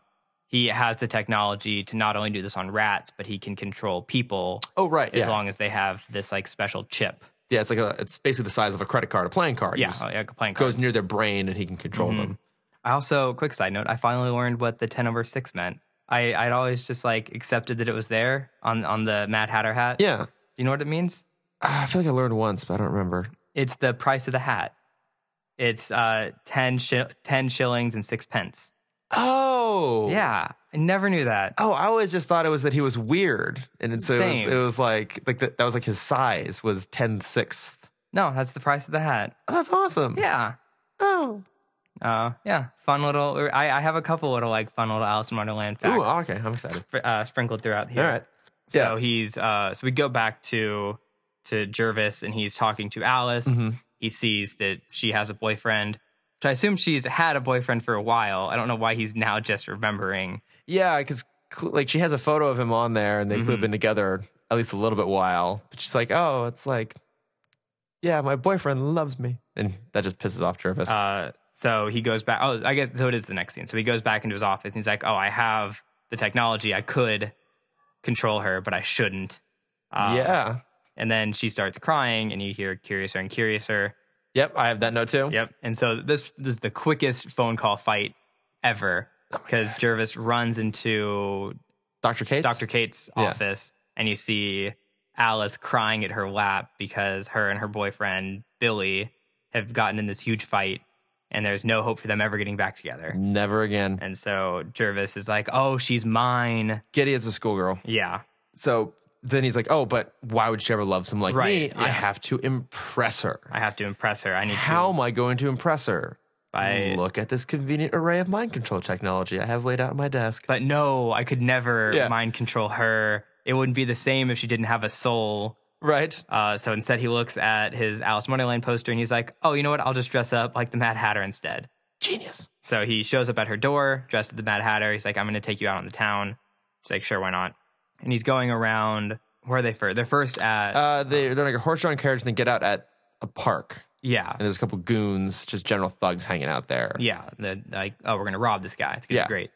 [SPEAKER 2] he has the technology to not only do this on rats, but he can control people
[SPEAKER 1] Oh, right.
[SPEAKER 2] as
[SPEAKER 1] Yeah.
[SPEAKER 2] long as they have this like special chip.
[SPEAKER 1] yeah. It's like a, it's basically the size of a credit card, a playing card.
[SPEAKER 2] Yeah, Mm-hmm.
[SPEAKER 1] It just
[SPEAKER 2] like a playing card.
[SPEAKER 1] goes near their brain and he can control them.
[SPEAKER 2] I also, quick side note, I finally learned what the ten over six meant. I I'd always just like accepted that it was there on on the Mad Hatter hat.
[SPEAKER 1] Yeah.
[SPEAKER 2] Do you know what it means?
[SPEAKER 1] Ah, I feel like I learned once, but I don't remember.
[SPEAKER 2] It's the price of the hat. It's uh 10, shi- 10 shillings and six pence.
[SPEAKER 1] Oh.
[SPEAKER 2] Yeah, I never knew that.
[SPEAKER 1] Oh, I always just thought it was that he was weird, and it- so it was,
[SPEAKER 2] Same.
[SPEAKER 1] it was like like that. That was like his size was ten sixth.
[SPEAKER 2] No, that's the price of the hat.
[SPEAKER 1] Oh, that's awesome.
[SPEAKER 2] Yeah.
[SPEAKER 1] Oh.
[SPEAKER 2] Uh, yeah, fun little. I, I have a couple little like fun little Alice in Wonderland facts.
[SPEAKER 1] Ooh. Okay. I'm excited.
[SPEAKER 2] fr- uh, sprinkled throughout here.
[SPEAKER 1] All right.
[SPEAKER 2] So he's uh, so we go back to to Jervis and he's talking to Alice.
[SPEAKER 1] Mhm.
[SPEAKER 2] He sees that she has a boyfriend, which I assume she's had a boyfriend for a while. I don't know why he's now just remembering.
[SPEAKER 1] Yeah, because like she has a photo of him on there, and they've
[SPEAKER 2] Mhm.
[SPEAKER 1] been together at least a little bit while. But she's like, oh, it's like, yeah, my boyfriend loves me, and that just pisses off Jervis.
[SPEAKER 2] Uh, so he goes back. Oh, I guess so. It is the next scene. So he goes back into his office and he's like, "Oh, I have the technology. I could control her, but I shouldn't." Uh,
[SPEAKER 1] yeah.
[SPEAKER 2] And then she starts crying, and you hear "Curiouser and Curiouser."
[SPEAKER 1] Yep. I have that note too.
[SPEAKER 2] Yep. And so this, this is the quickest phone call fight ever
[SPEAKER 1] Oh
[SPEAKER 2] because Jervis runs into
[SPEAKER 1] Doctor Cates.
[SPEAKER 2] Dr. Kate's
[SPEAKER 1] Yeah.
[SPEAKER 2] office and you see Alice crying at her lap because her and her boyfriend, Billy, have gotten in this huge fight and there's no hope for them ever getting back together.
[SPEAKER 1] Never again.
[SPEAKER 2] And so Jervis is like, oh, she's mine.
[SPEAKER 1] Giddy is a schoolgirl.
[SPEAKER 2] Yeah.
[SPEAKER 1] So then he's like, oh, but why would she ever love someone like me?
[SPEAKER 2] Right,
[SPEAKER 1] I
[SPEAKER 2] yeah.
[SPEAKER 1] have to impress her.
[SPEAKER 2] I have to impress her. I need
[SPEAKER 1] How
[SPEAKER 2] to.
[SPEAKER 1] am I going to impress her?
[SPEAKER 2] By,
[SPEAKER 1] Look at this convenient array of mind control technology I have laid out on my desk.
[SPEAKER 2] but no, I could never
[SPEAKER 1] Yeah.
[SPEAKER 2] mind control her. It wouldn't be the same if she didn't have a soul.
[SPEAKER 1] Right?
[SPEAKER 2] Uh, so instead, he looks at his Alice in Wonderland poster and he's like, "Oh, you know what? I'll just dress up like the Mad Hatter instead."
[SPEAKER 1] Genius.
[SPEAKER 2] So he shows up at her door, dressed as the Mad Hatter. He's like, "I'm going to take you out on the town." She's like, "Sure, why not?" And he's going around. Where are they first? They're first at
[SPEAKER 1] Uh, they, they're like a horse drawn carriage and they get out at a park.
[SPEAKER 2] yeah,
[SPEAKER 1] And there's a couple goons, just general thugs hanging out there.
[SPEAKER 2] yeah. They're like, "Oh, we're going to rob this guy. It's going to
[SPEAKER 1] Yeah.
[SPEAKER 2] be great."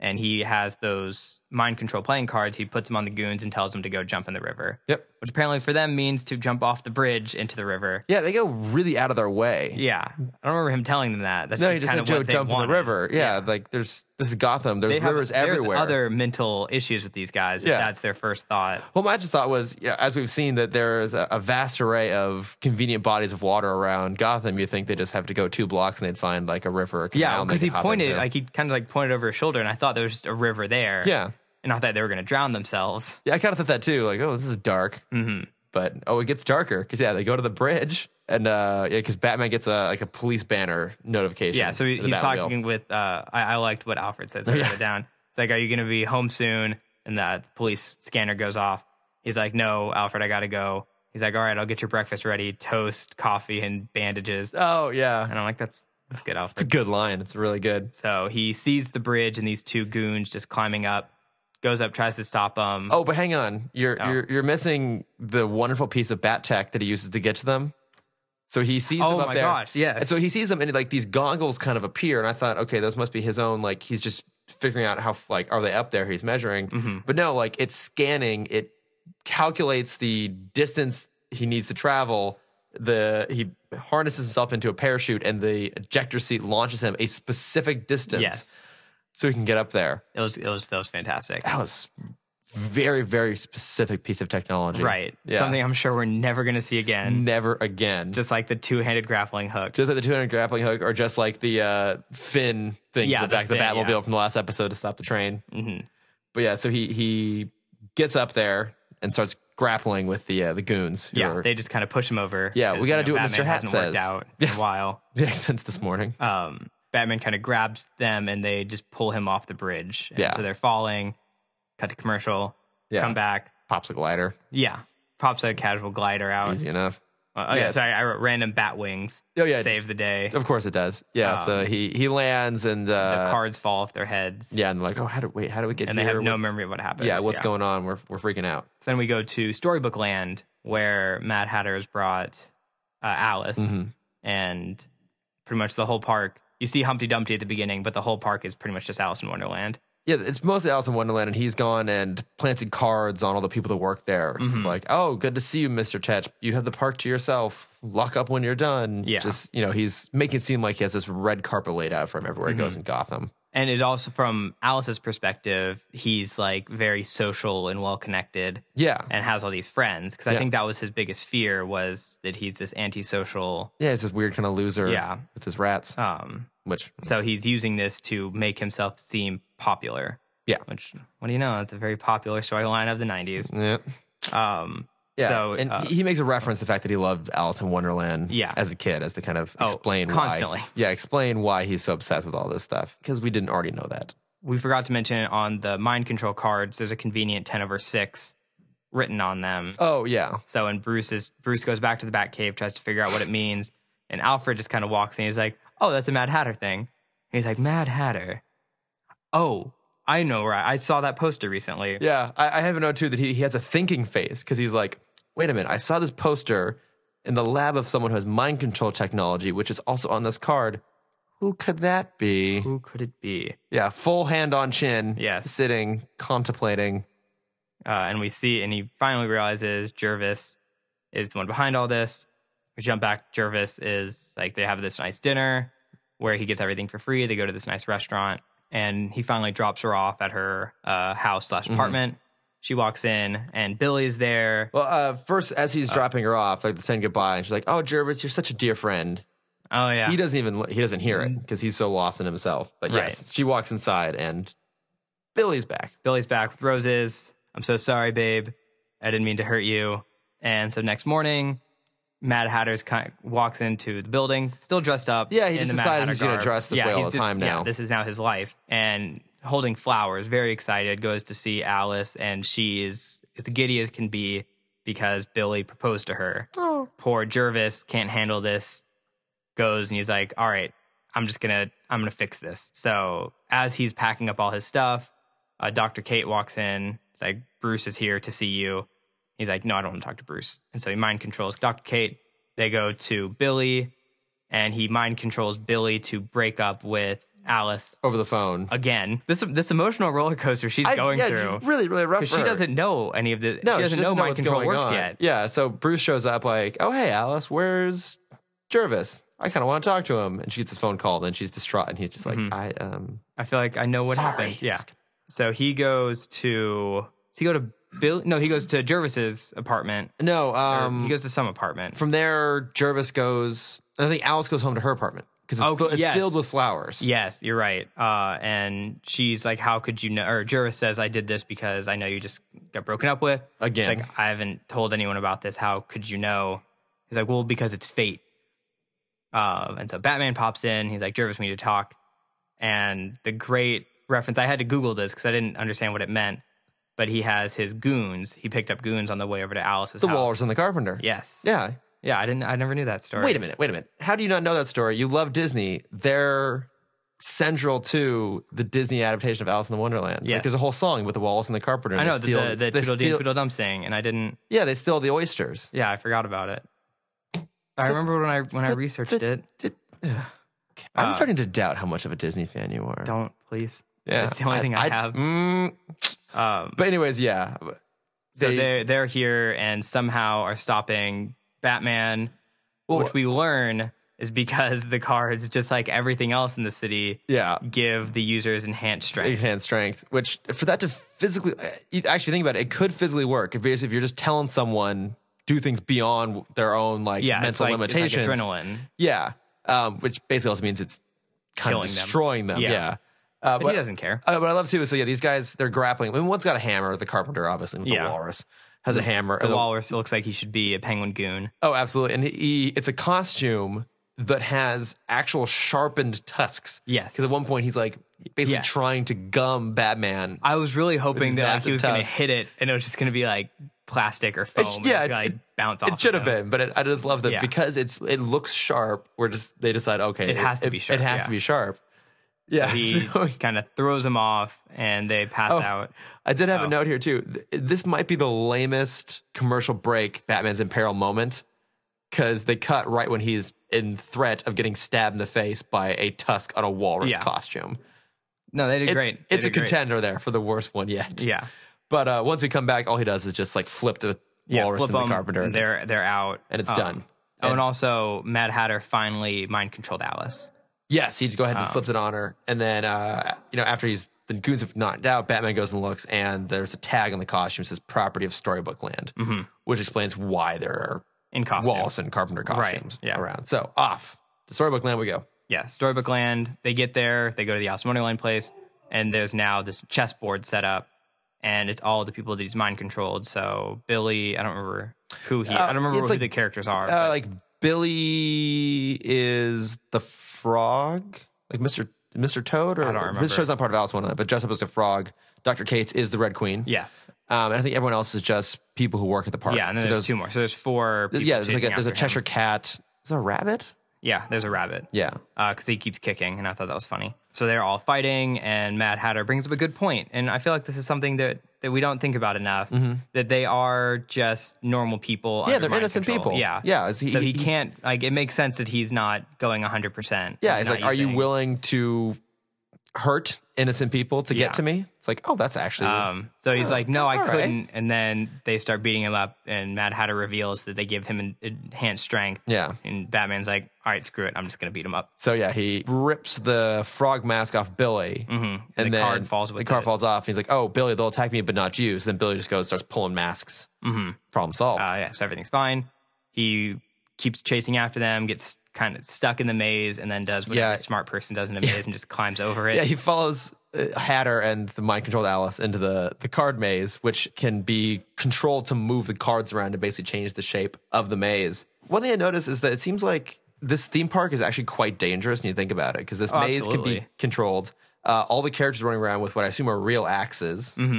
[SPEAKER 2] And he has those mind control playing cards. He puts them on the goons and tells them to go jump in the river,
[SPEAKER 1] Yep.
[SPEAKER 2] which apparently for them means to jump off the bridge into the river.
[SPEAKER 1] Yeah, they go really out of their way.
[SPEAKER 2] Yeah, I don't remember him telling them that. That's
[SPEAKER 1] No,
[SPEAKER 2] just
[SPEAKER 1] you just
[SPEAKER 2] kind
[SPEAKER 1] said
[SPEAKER 2] of
[SPEAKER 1] Joe
[SPEAKER 2] what they
[SPEAKER 1] jump in
[SPEAKER 2] wanted.
[SPEAKER 1] the river. Yeah, like there's this is Gotham. There's rivers everywhere.
[SPEAKER 2] There's other mental issues with these guys. If
[SPEAKER 1] Yeah.
[SPEAKER 2] that's their first thought.
[SPEAKER 1] Well, my just thought was, yeah, as we've seen, that there is a, a vast array of convenient bodies of water around Gotham. You think they just have to go two blocks and they'd find like a river? Or canal
[SPEAKER 2] Yeah,
[SPEAKER 1] and they
[SPEAKER 2] because he
[SPEAKER 1] could hop
[SPEAKER 2] pointed,
[SPEAKER 1] into.
[SPEAKER 2] like he kind of like pointed over his shoulder, and I thought there was just a river there.
[SPEAKER 1] yeah,
[SPEAKER 2] and I thought they were going to drown themselves.
[SPEAKER 1] yeah. I kind of thought that too. Like, oh, this is dark,
[SPEAKER 2] Mm-hmm.
[SPEAKER 1] but oh, it gets dardarker because yeah, they go to the bridge and uh, yeah, because Batman gets a like a police banner notification.
[SPEAKER 2] Yeah, so he,
[SPEAKER 1] in the
[SPEAKER 2] he's
[SPEAKER 1] Batmobile.
[SPEAKER 2] talking with. Uh, I, I liked what Alfred says. I
[SPEAKER 1] Yeah.
[SPEAKER 2] wrote it down. It's like, "Are you going to be home soon?" And the police scanner goes off. He's like, "No, Alfred, I got to go." He's like, "All right, I'll get your breakfast ready: toast, coffee, and bandages."
[SPEAKER 1] Oh yeah,
[SPEAKER 2] And I'm like, "That's that's good, Alfred."
[SPEAKER 1] it's a good line. It's really good.
[SPEAKER 2] So he sees the bridge and these two goons just climbing up, goes up, tries to stop them.
[SPEAKER 1] Oh, but hang on, you're
[SPEAKER 2] Oh.
[SPEAKER 1] you're you're missing the wonderful piece of bat tech that he uses to get to them. So he sees them up
[SPEAKER 2] Oh my
[SPEAKER 1] there.
[SPEAKER 2] gosh, yeah.
[SPEAKER 1] And so he sees them, and like these goggles kind of appear, and I thought, okay, those must be his own. Like he's just figuring out how like are they up there? He's measuring,
[SPEAKER 2] Mhm.
[SPEAKER 1] but no, like it's scanning. It calculates the distance he needs to travel. The he harnesses himself into a parachute, and the ejector seat launches him a specific distance,
[SPEAKER 2] yes,
[SPEAKER 1] so he can get up there.
[SPEAKER 2] it was it was that was fantastic.
[SPEAKER 1] That was very very specific piece of technology,
[SPEAKER 2] Right,
[SPEAKER 1] Yeah. Mm.
[SPEAKER 2] something I'm sure we're never gonna see again.
[SPEAKER 1] Never again.
[SPEAKER 2] Just like the two-handed grappling hook.
[SPEAKER 1] Just like the 200 grappling hook, or just like the uh, fin thing
[SPEAKER 2] Yeah,
[SPEAKER 1] in the
[SPEAKER 2] the
[SPEAKER 1] back of the
[SPEAKER 2] fin,
[SPEAKER 1] Batmobile
[SPEAKER 2] yeah.
[SPEAKER 1] from the last episode to stop the train.
[SPEAKER 2] hmm
[SPEAKER 1] But yeah, so he he gets up there and starts grappling with the uh, the goons. who
[SPEAKER 2] Yeah,
[SPEAKER 1] are-
[SPEAKER 2] they just kind of push him over.
[SPEAKER 1] Yeah, we
[SPEAKER 2] 'cause,
[SPEAKER 1] gotta
[SPEAKER 2] you know,
[SPEAKER 1] do what Mr.
[SPEAKER 2] Batman
[SPEAKER 1] Hat
[SPEAKER 2] hasn't
[SPEAKER 1] says.
[SPEAKER 2] Worked out in a while.
[SPEAKER 1] Yeah, since this morning.
[SPEAKER 2] Um, Batman kind of grabs them and they just pull him off the bridge. And
[SPEAKER 1] Yeah.
[SPEAKER 2] So they're falling. Cut to commercial.
[SPEAKER 1] Yeah.
[SPEAKER 2] Come back.
[SPEAKER 1] Pops a glider.
[SPEAKER 2] Yeah. Pops a casual glider out.
[SPEAKER 1] Easy enough.
[SPEAKER 2] Uh, oh, yeah.
[SPEAKER 1] Yes.
[SPEAKER 2] Sorry. I wrote random bat wings.
[SPEAKER 1] Oh yeah.
[SPEAKER 2] save
[SPEAKER 1] just-
[SPEAKER 2] the day.
[SPEAKER 1] Of course it does. Yeah.
[SPEAKER 2] Um,
[SPEAKER 1] so he he lands and
[SPEAKER 2] the
[SPEAKER 1] uh,
[SPEAKER 2] cards fall off their heads.
[SPEAKER 1] yeah, and like, oh, how do wait, how do we get
[SPEAKER 2] And they
[SPEAKER 1] here?
[SPEAKER 2] have no
[SPEAKER 1] What-
[SPEAKER 2] memory of what happened.
[SPEAKER 1] yeah, what's going on? We're we're freaking out.
[SPEAKER 2] So then we go to Storybook Land where Mad Hatter's brought uh, Alice
[SPEAKER 1] Mhm.
[SPEAKER 2] and pretty much the whole park. You see Humpty Dumpty at the beginning, but the whole park is pretty much just Alice in Wonderland.
[SPEAKER 1] Yeah, it's mostly Alice in Wonderland, and he's gone and planted cards on all the people that work there. Just
[SPEAKER 2] Mhm.
[SPEAKER 1] like, oh, good to see you, Mister Tetch. You have the park to yourself. Lock up when you're done.
[SPEAKER 2] Yeah.
[SPEAKER 1] just you know, he's making it seem like he has this red carpet laid out for him everywhere
[SPEAKER 2] Mm-hmm.
[SPEAKER 1] he goes in Gotham.
[SPEAKER 2] And it also, from Alice's perspective, he's like very social and well connected
[SPEAKER 1] Yeah,
[SPEAKER 2] and has all these friends. Cause I
[SPEAKER 1] Yeah.
[SPEAKER 2] think that was his biggest fear was that he's this antisocial.
[SPEAKER 1] yeah, it's this weird kind of loser.
[SPEAKER 2] Yeah.
[SPEAKER 1] with his rats,
[SPEAKER 2] Um,
[SPEAKER 1] which
[SPEAKER 2] So he's using this to make himself seem popular.
[SPEAKER 1] Yeah.
[SPEAKER 2] Which, what do you know? It's a very popular storyline of the 90s.
[SPEAKER 1] yeah.
[SPEAKER 2] Um,
[SPEAKER 1] Yeah,
[SPEAKER 2] So,
[SPEAKER 1] and
[SPEAKER 2] uh,
[SPEAKER 1] he makes a reference to the fact that he loved Alice in Wonderland
[SPEAKER 2] Yeah.
[SPEAKER 1] as a kid, as to kind of
[SPEAKER 2] Oh,
[SPEAKER 1] explain
[SPEAKER 2] constantly.
[SPEAKER 1] why. Yeah, explain why he's so obsessed with all this stuff because we didn't already know that.
[SPEAKER 2] we forgot to mention on the mind control cards, there's a convenient 10 over 6 written on them.
[SPEAKER 1] Oh yeah,
[SPEAKER 2] So, and Bruce is, Bruce goes back to the Batcave, tries to figure out what it means. And Alfred just kind of walks in. He's like, oh, that's a Mad Hatter thing. And he's like, Mad Hatter. Oh, I know, right? I saw that poster recently.
[SPEAKER 1] yeah. I, I have a note too that he, he has a thinking face because he's like, wait a minute, I saw this poster in the lab of someone who has mind control technology, which is also on this card. Who could that be?
[SPEAKER 2] Who could it be?
[SPEAKER 1] Yeah, full hand on chin.
[SPEAKER 2] Yes.
[SPEAKER 1] sitting contemplating.
[SPEAKER 2] uh, and we see, and he finally realizes Jervis is the one behind all this. We jump back. Jervis is like they have this nice dinner where he gets everything for free. They go to this nice restaurant, and he finally drops her off at her uh, house slash apartment. She walks in, and Billy's there.
[SPEAKER 1] Well, uh, first as he's dropping her off, like saying goodbye, and she's like, "Oh, Jervis, you're such a dear friend."
[SPEAKER 2] Oh yeah, Mm-hmm.
[SPEAKER 1] he doesn't even he doesn't hear it because he's so lost in himself. But yes, she walks inside and Billy's back.
[SPEAKER 2] Billy's back with roses. I'm so sorry, babe. I didn't mean to hurt you. And so next morning, Mad Hatter's kind walks into the building, still dressed up.
[SPEAKER 1] Yeah, he
[SPEAKER 2] in
[SPEAKER 1] just
[SPEAKER 2] the Mad
[SPEAKER 1] decided
[SPEAKER 2] Hatter
[SPEAKER 1] he's gonna
[SPEAKER 2] garb.
[SPEAKER 1] dress this way all
[SPEAKER 2] he's
[SPEAKER 1] the time now.
[SPEAKER 2] Yeah, this is now his life. And holding flowers, very excited, goes to see Alice, and she is as giddy as can be because Billy proposed to her.
[SPEAKER 1] Oh,
[SPEAKER 2] Poor Jervis can't handle this. Goes and he's like, "All right, I'm just gonna I'm gonna fix this. So as he's packing up all his stuff, uh, Dr. Kate walks in. It's like Bruce is here to see you. He's like, no, I don't want to talk to Bruce. And so he mind controls Dr. Kate. They go to Billy, and he mind controls Billy to break up with Alice
[SPEAKER 1] over the phone.
[SPEAKER 2] again. This this emotional roller coaster she's
[SPEAKER 1] I-
[SPEAKER 2] going
[SPEAKER 1] yeah,
[SPEAKER 2] through.
[SPEAKER 1] Really, really rough.
[SPEAKER 2] 'Cause
[SPEAKER 1] for
[SPEAKER 2] she
[SPEAKER 1] her.
[SPEAKER 2] doesn't know any of the
[SPEAKER 1] No,
[SPEAKER 2] she doesn't know mind
[SPEAKER 1] what's
[SPEAKER 2] control
[SPEAKER 1] going
[SPEAKER 2] works
[SPEAKER 1] on.
[SPEAKER 2] yet.
[SPEAKER 1] Yeah. So Bruce shows up like, "Oh, hey, Alice, where's Jervis? I kind of want to talk to him." And she gets this phone call, and then she's distraught, and he's just like,
[SPEAKER 2] Mhm.
[SPEAKER 1] "I um,
[SPEAKER 2] I feel like I know Uh, what
[SPEAKER 1] sorry.
[SPEAKER 2] happened. Yeah. So he goes to does he go to Bill no, he goes to Jervis's apartment.
[SPEAKER 1] No,
[SPEAKER 2] Or
[SPEAKER 1] um,
[SPEAKER 2] he goes to some apartment.
[SPEAKER 1] from there, Jervis goes. I think Alice goes home to her apartment because it's,
[SPEAKER 2] Oh,
[SPEAKER 1] fill- it's
[SPEAKER 2] yes.
[SPEAKER 1] filled with flowers.
[SPEAKER 2] Yes, you're right. Uh, and she's like, "How could you know?" Or Jervis says, "I did this because I know you just got broken up with." She's
[SPEAKER 1] Again,
[SPEAKER 2] like, "I haven't told anyone about this. How could you know?" He's like, "Well, because it's fate." Um, and so Batman pops in. He's like, "Jervis, we need to talk." And the great reference I had to Google this because I didn't understand what it meant. But he has his goons. He picked up goons on the way over to Alice's
[SPEAKER 1] the
[SPEAKER 2] house.
[SPEAKER 1] walrus and the carpenter.
[SPEAKER 2] Yes.
[SPEAKER 1] Yeah.
[SPEAKER 2] Yeah. I didn't. I never knew that story.
[SPEAKER 1] Wait a minute, wait a minute. How do you not know that story? You love Disney. They're central to the Disney adaptation of Alice in the Wonderland.
[SPEAKER 2] Yes.
[SPEAKER 1] Like there's a whole song with the Wallace and the Carpenter.
[SPEAKER 2] I
[SPEAKER 1] and they
[SPEAKER 2] know the,
[SPEAKER 1] steal-
[SPEAKER 2] the, the
[SPEAKER 1] they
[SPEAKER 2] Toodle
[SPEAKER 1] steal-
[SPEAKER 2] Toodle Dum thing, and I didn't.
[SPEAKER 1] Yeah, they steal the oysters.
[SPEAKER 2] Yeah, I forgot about it. I remember when I when I
[SPEAKER 1] but-
[SPEAKER 2] researched
[SPEAKER 1] but-
[SPEAKER 2] it.
[SPEAKER 1] Did- ugh. Okay. I'm
[SPEAKER 2] Uh,
[SPEAKER 1] starting to doubt how much of a Disney fan you are.
[SPEAKER 2] Don't please.
[SPEAKER 1] yeah.
[SPEAKER 2] that's the only thing I have.
[SPEAKER 1] mm,
[SPEAKER 2] Um,
[SPEAKER 1] but anyways, yeah.
[SPEAKER 2] so
[SPEAKER 1] they-
[SPEAKER 2] they they're here and somehow are stopping Batman,
[SPEAKER 1] Well-
[SPEAKER 2] which we learn is because the cards, just like everything else in the city,
[SPEAKER 1] Yeah.
[SPEAKER 2] give the users enhanced strength.
[SPEAKER 1] Hand strength, which for that to physically, you actually think about it, it could physically work. If, if you're just telling someone do things beyond their own like
[SPEAKER 2] Yeah, it's
[SPEAKER 1] mental
[SPEAKER 2] like, it's like
[SPEAKER 1] limitations, Uh,
[SPEAKER 2] adrenaline.
[SPEAKER 1] Yeah. Um, which basically also means it's kind
[SPEAKER 2] Killing
[SPEAKER 1] of
[SPEAKER 2] them.
[SPEAKER 1] destroying them.
[SPEAKER 2] Yeah.
[SPEAKER 1] Yeah. Uh,
[SPEAKER 2] But,
[SPEAKER 1] but,
[SPEAKER 2] he doesn't care.
[SPEAKER 1] uh, what I love too is so yeah, these guys they're grappling. I mean, one's got a hammer, the carpenter obviously, with
[SPEAKER 2] Yeah. Mm-hmm.
[SPEAKER 1] the walrus has a hammer.
[SPEAKER 2] The
[SPEAKER 1] and the-
[SPEAKER 2] walrus looks like he should be a penguin goon.
[SPEAKER 1] oh, absolutely, and he, it's a costume that has actual sharpened tusks.
[SPEAKER 2] Yes.
[SPEAKER 1] Because at one point he's like basically
[SPEAKER 2] Yeah.
[SPEAKER 1] trying to gum Batman.
[SPEAKER 2] I was really hoping
[SPEAKER 1] these
[SPEAKER 2] that like,
[SPEAKER 1] massive
[SPEAKER 2] he was going to
[SPEAKER 1] tusks.
[SPEAKER 2] hit it and it was just going to be like plastic or foam. and
[SPEAKER 1] yeah,
[SPEAKER 2] it's gonna,
[SPEAKER 1] it-
[SPEAKER 2] like, bounce off.
[SPEAKER 1] It should
[SPEAKER 2] of
[SPEAKER 1] have
[SPEAKER 2] him.
[SPEAKER 1] been, but it, I just love that
[SPEAKER 2] Yeah.
[SPEAKER 1] because it's it looks sharp. We're just they decide okay,
[SPEAKER 2] It has to be sharp,
[SPEAKER 1] It has
[SPEAKER 2] yeah.
[SPEAKER 1] to be sharp. Yeah,
[SPEAKER 2] He
[SPEAKER 1] so-
[SPEAKER 2] kind of throws him off and they pass
[SPEAKER 1] Oh.
[SPEAKER 2] out.
[SPEAKER 1] I did have
[SPEAKER 2] Oh.
[SPEAKER 1] a note here too. Th- This might be the lamest commercial break Batman's in peril moment because they cut right when he's in threat of getting stabbed in the face by a tusk on a walrus
[SPEAKER 2] Yeah.
[SPEAKER 1] costume.
[SPEAKER 2] No, they did
[SPEAKER 1] It's,
[SPEAKER 2] great. They
[SPEAKER 1] it's a
[SPEAKER 2] did great.
[SPEAKER 1] contender there for the worst one yet.
[SPEAKER 2] Yeah.
[SPEAKER 1] But uh, once we come back, all he does is just like flip the
[SPEAKER 2] Yeah,
[SPEAKER 1] walrus
[SPEAKER 2] flip
[SPEAKER 1] and the
[SPEAKER 2] them,
[SPEAKER 1] carpenter.
[SPEAKER 2] and They're they're out,
[SPEAKER 1] and it's done.
[SPEAKER 2] Oh, and
[SPEAKER 1] And-
[SPEAKER 2] also Mad Hatter finally mind controlled Alice.
[SPEAKER 1] Yes, he just go ahead
[SPEAKER 2] Oh.
[SPEAKER 1] and slips it on her, and then uh, you know after he's the goons have knocked out, Batman goes and looks, and there's a tag on the costume that says "Property of Storybook Land,"
[SPEAKER 2] Mm-hmm.
[SPEAKER 1] which explains why there are
[SPEAKER 2] in costume.
[SPEAKER 1] Wallace and Carpenter
[SPEAKER 2] Right,
[SPEAKER 1] costumes
[SPEAKER 2] yeah.
[SPEAKER 1] around. So off to Storybook Land we go.
[SPEAKER 2] Yeah, Storybook Land. They get there. They go to the Alice in Wonderland place, and there's now this chessboard set up, and it's all the people that he's mind controlled. So Billy, I don't remember who he. I don't remember
[SPEAKER 1] it's
[SPEAKER 2] who
[SPEAKER 1] like-
[SPEAKER 2] the characters are.
[SPEAKER 1] Uh,
[SPEAKER 2] but
[SPEAKER 1] like Billy is the frog, like Mister Mister Toad, or
[SPEAKER 2] I don't remember.
[SPEAKER 1] Mr. Toad's not part of Alice in Wonderland, but dressed up as a frog. Doctor Cates is the Red Queen.
[SPEAKER 2] yes,
[SPEAKER 1] Um, and I think everyone else is just people who work at the park.
[SPEAKER 2] yeah, and then
[SPEAKER 1] So
[SPEAKER 2] there's, two more. So there's four. People
[SPEAKER 1] yeah, there's like a,
[SPEAKER 2] chasing
[SPEAKER 1] there's a
[SPEAKER 2] after him.
[SPEAKER 1] Cheshire Cat. Is there a rabbit?
[SPEAKER 2] Yeah, there's a rabbit.
[SPEAKER 1] Yeah.
[SPEAKER 2] because uh, he keeps kicking, and I thought that was funny. So they're all fighting, and Mad Hatter brings up a good point, and I feel like this is something that that we don't think about enough. That they are just normal people.
[SPEAKER 1] Mm-hmm. Yeah,
[SPEAKER 2] under
[SPEAKER 1] they're
[SPEAKER 2] mind
[SPEAKER 1] innocent
[SPEAKER 2] control.
[SPEAKER 1] people.
[SPEAKER 2] Yeah,
[SPEAKER 1] Yeah, it's- he-
[SPEAKER 2] so he,
[SPEAKER 1] he-
[SPEAKER 2] can't like. It makes sense that he's not going hundred percent.
[SPEAKER 1] Yeah. It's like, are you willing to hurt innocent people to
[SPEAKER 2] Yeah.
[SPEAKER 1] get to me? It's like, oh, that's actually.
[SPEAKER 2] Um, so he's like, no, I
[SPEAKER 1] all right.
[SPEAKER 2] couldn't. And then they start beating him up, and Mad Hatter reveals that they give him an enhanced strength.
[SPEAKER 1] yeah.
[SPEAKER 2] And Batman's like, all right, screw it, I'm just gonna beat him up.
[SPEAKER 1] So yeah, he rips the frog mask off Billy,
[SPEAKER 2] Mhm.
[SPEAKER 1] and
[SPEAKER 2] the
[SPEAKER 1] then
[SPEAKER 2] card falls with
[SPEAKER 1] the card
[SPEAKER 2] it.
[SPEAKER 1] falls off. And he's like, "Oh, Billy, they'll attack me, but not you." So then Billy just goes, starts pulling masks.
[SPEAKER 2] Mhm.
[SPEAKER 1] Problem solved.
[SPEAKER 2] Uh, yeah, so everything's fine. He keeps chasing after them, gets kind of stuck in the maze, and then does what
[SPEAKER 1] Yeah.
[SPEAKER 2] a smart person does in a maze and just climbs over it.
[SPEAKER 1] yeah, he follows uh, Hatter and the mind controlled Alice into the the card maze, which can be controlled to move the cards around and basically change the shape of the maze. One thing I noticed is that it seems like this theme park is actually quite dangerous when you think about it, because this maze can
[SPEAKER 2] Oh, absolutely.
[SPEAKER 1] be controlled. Uh, all the characters running around with what I assume are real axes uh, and,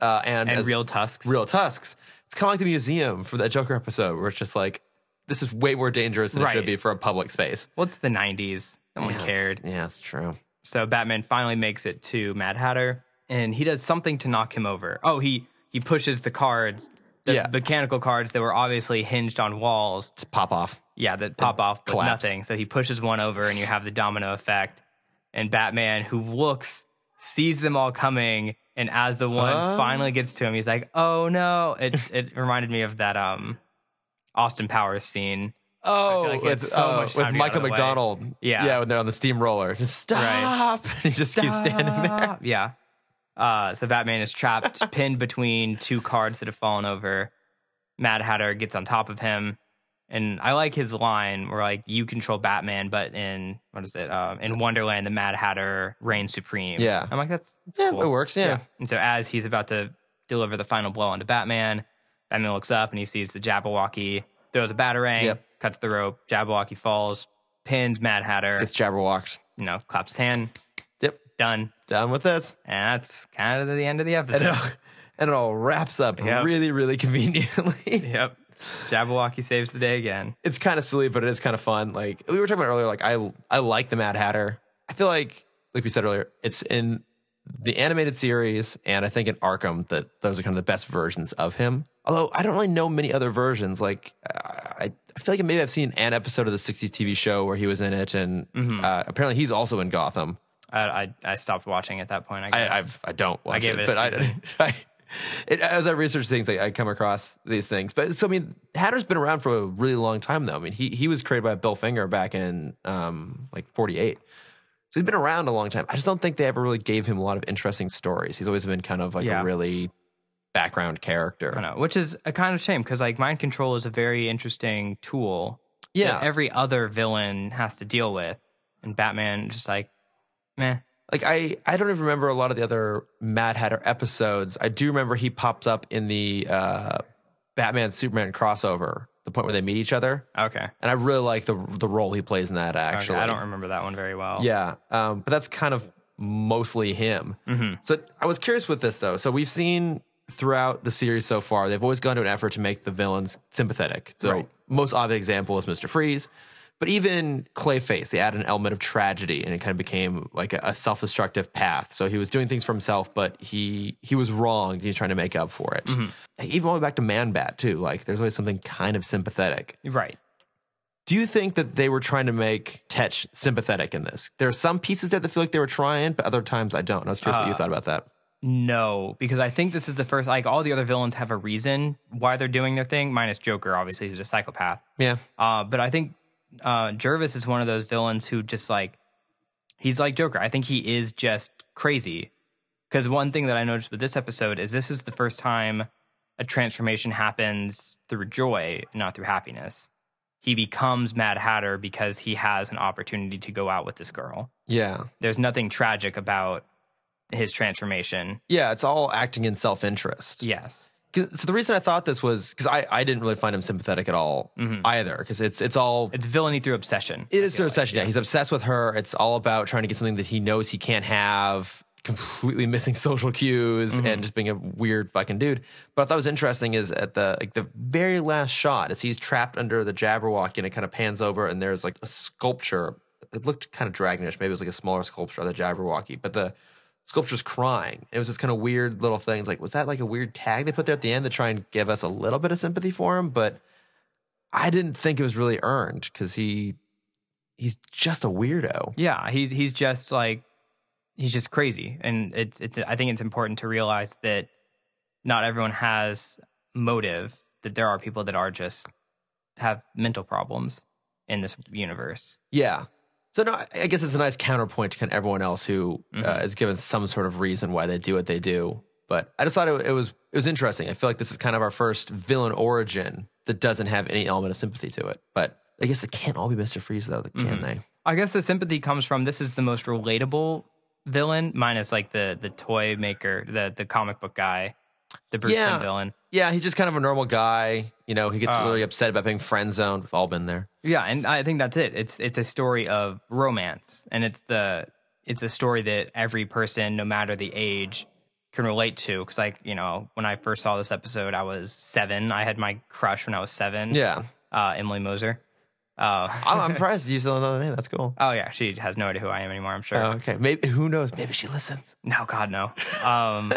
[SPEAKER 2] Mm-hmm. and
[SPEAKER 1] as-
[SPEAKER 2] real tusks.
[SPEAKER 1] real tusks. It's kind of like the museum for that Joker episode, where it's just like this is way more dangerous than
[SPEAKER 2] Right.
[SPEAKER 1] it should be for a public space.
[SPEAKER 2] Well, it's the 90s. No one cared.
[SPEAKER 1] Yeah, it's true.
[SPEAKER 2] So Batman finally makes it to Mad Hatter, and he does something to knock him over. Oh, he he pushes the cards, the
[SPEAKER 1] Yeah.
[SPEAKER 2] mechanical cards that were obviously hinged on walls.
[SPEAKER 1] Just pop off.
[SPEAKER 2] Yeah, that pop off but
[SPEAKER 1] collapse.
[SPEAKER 2] nothing. So he pushes one over, and you have the domino effect. And Batman, who looks, sees them all coming, and as the one
[SPEAKER 1] Oh.
[SPEAKER 2] finally gets to him, he's like, "Oh no!" It it reminded me of that um Austin Powers scene.
[SPEAKER 1] Oh,
[SPEAKER 2] like he had
[SPEAKER 1] with,
[SPEAKER 2] so much time
[SPEAKER 1] with
[SPEAKER 2] to get out
[SPEAKER 1] Michael
[SPEAKER 2] of the way.
[SPEAKER 1] McDonald.
[SPEAKER 2] Yeah.
[SPEAKER 1] Yeah, when they're on the steamroller. Just stop. he just keeps standing there.
[SPEAKER 2] Ah, Yeah. Uh, so Batman is trapped, pinned between two cards that have fallen over. Mad Hatter gets on top of him, and I like his line where like you control Batman, but in what is it? Um, in Wonderland, the Mad Hatter reigns supreme.
[SPEAKER 1] Yeah.
[SPEAKER 2] I'm like that's, that's
[SPEAKER 1] Yeah,
[SPEAKER 2] cool.
[SPEAKER 1] it works. Yeah.
[SPEAKER 2] And so as he's about to deliver the final blow onto Batman, Batman looks up and he sees the Jabberwocky throws a batarang,
[SPEAKER 1] Yep.
[SPEAKER 2] cuts the rope. Jabberwocky falls, pins Mad Hatter.
[SPEAKER 1] Gets jabberwocked.
[SPEAKER 2] you know, claps his hand.
[SPEAKER 1] Yep.
[SPEAKER 2] Done.
[SPEAKER 1] Done with this.
[SPEAKER 2] And that's kind of the end of the
[SPEAKER 1] And it
[SPEAKER 2] episode.
[SPEAKER 1] all, and it all wraps up
[SPEAKER 2] Yep.
[SPEAKER 1] really, really conveniently.
[SPEAKER 2] yep. Jabberwocky saves the day again.
[SPEAKER 1] it's kind of silly, but it is kind of fun. Like we were talking about earlier, like I I like the Mad Hatter. I feel like, like we said earlier, it's in the animated series, and I think in Arkham that those are kind of the best versions of him. Although I don't really know many other versions. Like I, I feel like maybe I've seen an episode of the '60s TV show where he was in it, and uh, apparently he's also in Gotham.
[SPEAKER 2] I, I, I stopped watching at that point. I guess.
[SPEAKER 1] I, I've I don't watch
[SPEAKER 2] gave
[SPEAKER 1] it,
[SPEAKER 2] it a
[SPEAKER 1] but I, I it, as I research things, I, I come across these things. But so I mean, Hatter's been around for a really long time, though. I mean, he he was created by Bill Finger back in um like '48, so he's been around a long time. I just don't think they ever really gave him a lot of interesting stories. He's always been kind of like
[SPEAKER 2] Yeah.
[SPEAKER 1] a really background
[SPEAKER 2] I
[SPEAKER 1] character.
[SPEAKER 2] don't know, which is a kind of shame because like mind control is a very interesting tool
[SPEAKER 1] Yeah,
[SPEAKER 2] that every other villain has to deal with, and Batman just like, meh.
[SPEAKER 1] like I I don't even remember a lot of the other Mad Hatter episodes. I do remember he popped up in the uh, Batman Superman crossover the point where they meet each other,
[SPEAKER 2] Okay.
[SPEAKER 1] and I really like the the role he plays in that. Actually,
[SPEAKER 2] okay. I don't remember that one very well.
[SPEAKER 1] Yeah, um, but that's kind of mostly him.
[SPEAKER 2] hmm
[SPEAKER 1] So I was curious with this though. So we've seen throughout the series so far, they've always gone to an effort to make the villains sympathetic. So
[SPEAKER 2] Right.
[SPEAKER 1] most obvious example is Mister Freeze, but even Clayface, they added an element of tragedy, and it kind of became like a, a self-destructive path. So he was doing things for himself, but he he was wronged. He's trying to make up for it.
[SPEAKER 2] Mm-hmm.
[SPEAKER 1] Even all the way back to Man Bat too. Like there's always something kind of sympathetic.
[SPEAKER 2] Right.
[SPEAKER 1] Do you think that they were trying to make Tetch sympathetic in this? There are some pieces that I feel like they were trying, but other times I don't. I was curious what you thought about that.
[SPEAKER 2] No, because I think this is the first. Like all the other villains have a reason why they're doing their thing, minus Joker, obviously, who's a psychopath.
[SPEAKER 1] Yeah.
[SPEAKER 2] Uh, but I think uh, Jervis is one of those villains who just like he's like Joker. I think he is just crazy. Because one thing that I noticed with this episode is this is the first time a transformation happens through joy, not through happiness. He becomes Mad Hatter because he has an opportunity to go out with this girl.
[SPEAKER 1] Yeah.
[SPEAKER 2] There's nothing tragic about his transformation.
[SPEAKER 1] Yeah. It's all acting in self interest.
[SPEAKER 2] Yes.
[SPEAKER 1] 'Cause- So the reason I thought this was because I, I didn't really find him sympathetic at all either because it's it's all
[SPEAKER 2] It's villainy through obsession.
[SPEAKER 1] it is sort of obsession. yeah. He's obsessed with her. It's all about trying to get something that he knows he can't have. Completely missing social cues and just being a weird fucking dude. But I thought was interesting is at the like the very last shot as he's trapped under the Jabberwock and it kind of pans over and there's like a sculpture. It looked kind of dragonish. Maybe it was like a smaller sculpture of the Jabberwocky, but the sculpture's crying. It was this kind of weird little thing. It's like was that like a weird tag they put there at the end to try and give us a little bit of sympathy for him? But I didn't think it was really earned because he he's just a weirdo.
[SPEAKER 2] Yeah, he's he's just like he's just crazy, and it's it's. I think it's important to realize that not everyone has motive. That there are people that are just have mental problems in this universe.
[SPEAKER 1] Yeah. So no, I- I guess it's a nice counterpoint to kind of everyone else who uh, is given some sort of reason why they do what they do. But I just thought it, it was it was interesting. I feel like this is kind of our first villain origin that doesn't have any element of sympathy to it. But I guess they can't all be Mister Freeze though, can they?
[SPEAKER 2] I guess the sympathy comes from this is the most relatable villain, minus like the the toy maker, the the comic book guy, the Bruce
[SPEAKER 1] Yeah.
[SPEAKER 2] Tim villain.
[SPEAKER 1] Yeah, he's just kind of a normal guy. You know, he gets
[SPEAKER 2] Uh.
[SPEAKER 1] really upset about being friend zoned. We've all been there.
[SPEAKER 2] Yeah, and I think that's it. It's it's a story of romance, and it's the it's a story that every person, no matter the age, can relate to. Because like you know, when I first saw this episode, I was seven. I had my crush when I was seven.
[SPEAKER 1] Yeah,
[SPEAKER 2] uh, Emily Moser. Uh,
[SPEAKER 1] I'm I'm impressed you still know the name. That's cool.
[SPEAKER 2] oh yeah, she has no idea who I am anymore. I'm sure.
[SPEAKER 1] Uh, okay, maybe who knows? Maybe she listens.
[SPEAKER 2] No, God, no. Um,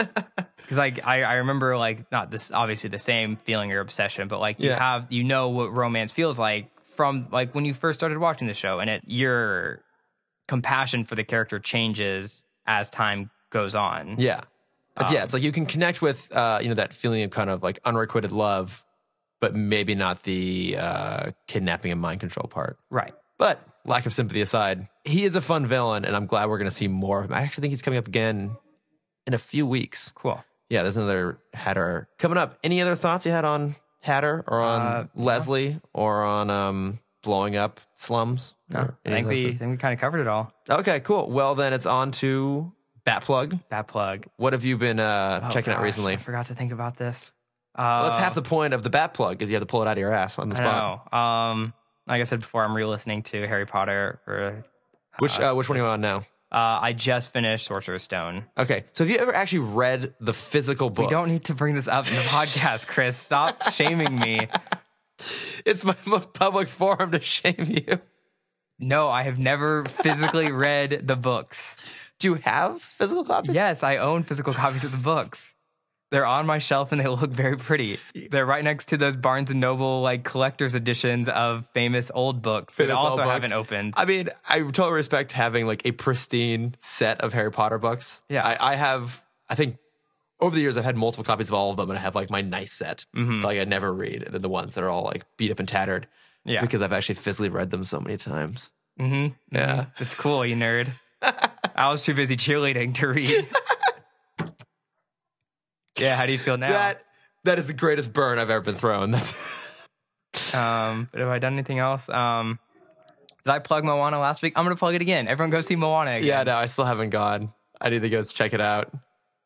[SPEAKER 2] because like I, I remember like not this obviously the same feeling or obsession, but like you
[SPEAKER 1] Yeah.
[SPEAKER 2] have you know what romance feels like from like when you first started watching the show, and it your compassion for the character changes as time goes on.
[SPEAKER 1] Yeah. It's-
[SPEAKER 2] Um,
[SPEAKER 1] yeah, it's like you can connect with uh, you know that feeling of kind of like unrequited love, but maybe not the uh, kidnapping and mind control part.
[SPEAKER 2] Right.
[SPEAKER 1] But lack of sympathy aside, he is a fun villain, and I'm glad we're going to see more of him. I actually think he's coming up again in a few weeks.
[SPEAKER 2] Cool.
[SPEAKER 1] Yeah, there's another Hatter coming up. Any other thoughts you had on Hatter or on
[SPEAKER 2] Uh,
[SPEAKER 1] Leslie or on um, blowing up slums?
[SPEAKER 2] No,
[SPEAKER 1] Or
[SPEAKER 2] I
[SPEAKER 1] any
[SPEAKER 2] think
[SPEAKER 1] of
[SPEAKER 2] we I
[SPEAKER 1] those?
[SPEAKER 2] think we kind of covered it all.
[SPEAKER 1] Okay, cool. Well, then it's on to Batplug.
[SPEAKER 2] That plug.
[SPEAKER 1] What have you been uh,
[SPEAKER 2] Oh,
[SPEAKER 1] checking out
[SPEAKER 2] gosh,
[SPEAKER 1] recently?
[SPEAKER 2] I forgot to think about this. Uh,
[SPEAKER 1] Well, that's half the point of the bat plug is you have to pull it out of your ass on the
[SPEAKER 2] I
[SPEAKER 1] spot.
[SPEAKER 2] know. Um, like I said before, I'm re-listening to Harry Potter. Or,
[SPEAKER 1] Which uh, which one are you on now?
[SPEAKER 2] uh, I just finished Sorcerer's Stone.
[SPEAKER 1] Okay, so have you ever actually read the physical book?
[SPEAKER 2] We don't need to bring this up in the podcast, Chris. Stop shaming me.
[SPEAKER 1] It's my most public forum to shame you.
[SPEAKER 2] No, I have never physically read the books.
[SPEAKER 1] Do you have physical copies?
[SPEAKER 2] Yes, I own physical copies of the books. They're on my shelf and they look very pretty. They're right next to those Barnes and Noble like collector's editions of famous old books that
[SPEAKER 1] Famous old
[SPEAKER 2] also
[SPEAKER 1] books.
[SPEAKER 2] haven't opened.
[SPEAKER 1] I mean, I totally respect having like a pristine set of Harry Potter books.
[SPEAKER 2] Yeah.
[SPEAKER 1] I, I have. I think over the years I've had multiple copies of all of them, and I have like my nice set,
[SPEAKER 2] Mm-hmm.
[SPEAKER 1] that, like I never read, and then the ones that are all like beat up and tattered.
[SPEAKER 2] Yeah.
[SPEAKER 1] Because I've actually physically read them so many times.
[SPEAKER 2] Mm-hmm.
[SPEAKER 1] Yeah.
[SPEAKER 2] It's cool, you nerd. I was too busy cheerleading to read. yeah, how do you feel now?
[SPEAKER 1] That that is the greatest burn I've ever been thrown. That's.
[SPEAKER 2] Um, but have I done anything else? Um, did I plug Moana last week? I'm gonna plug it again. Everyone go see Moana again.
[SPEAKER 1] Yeah, no, I still haven't gone. I need to go check it out.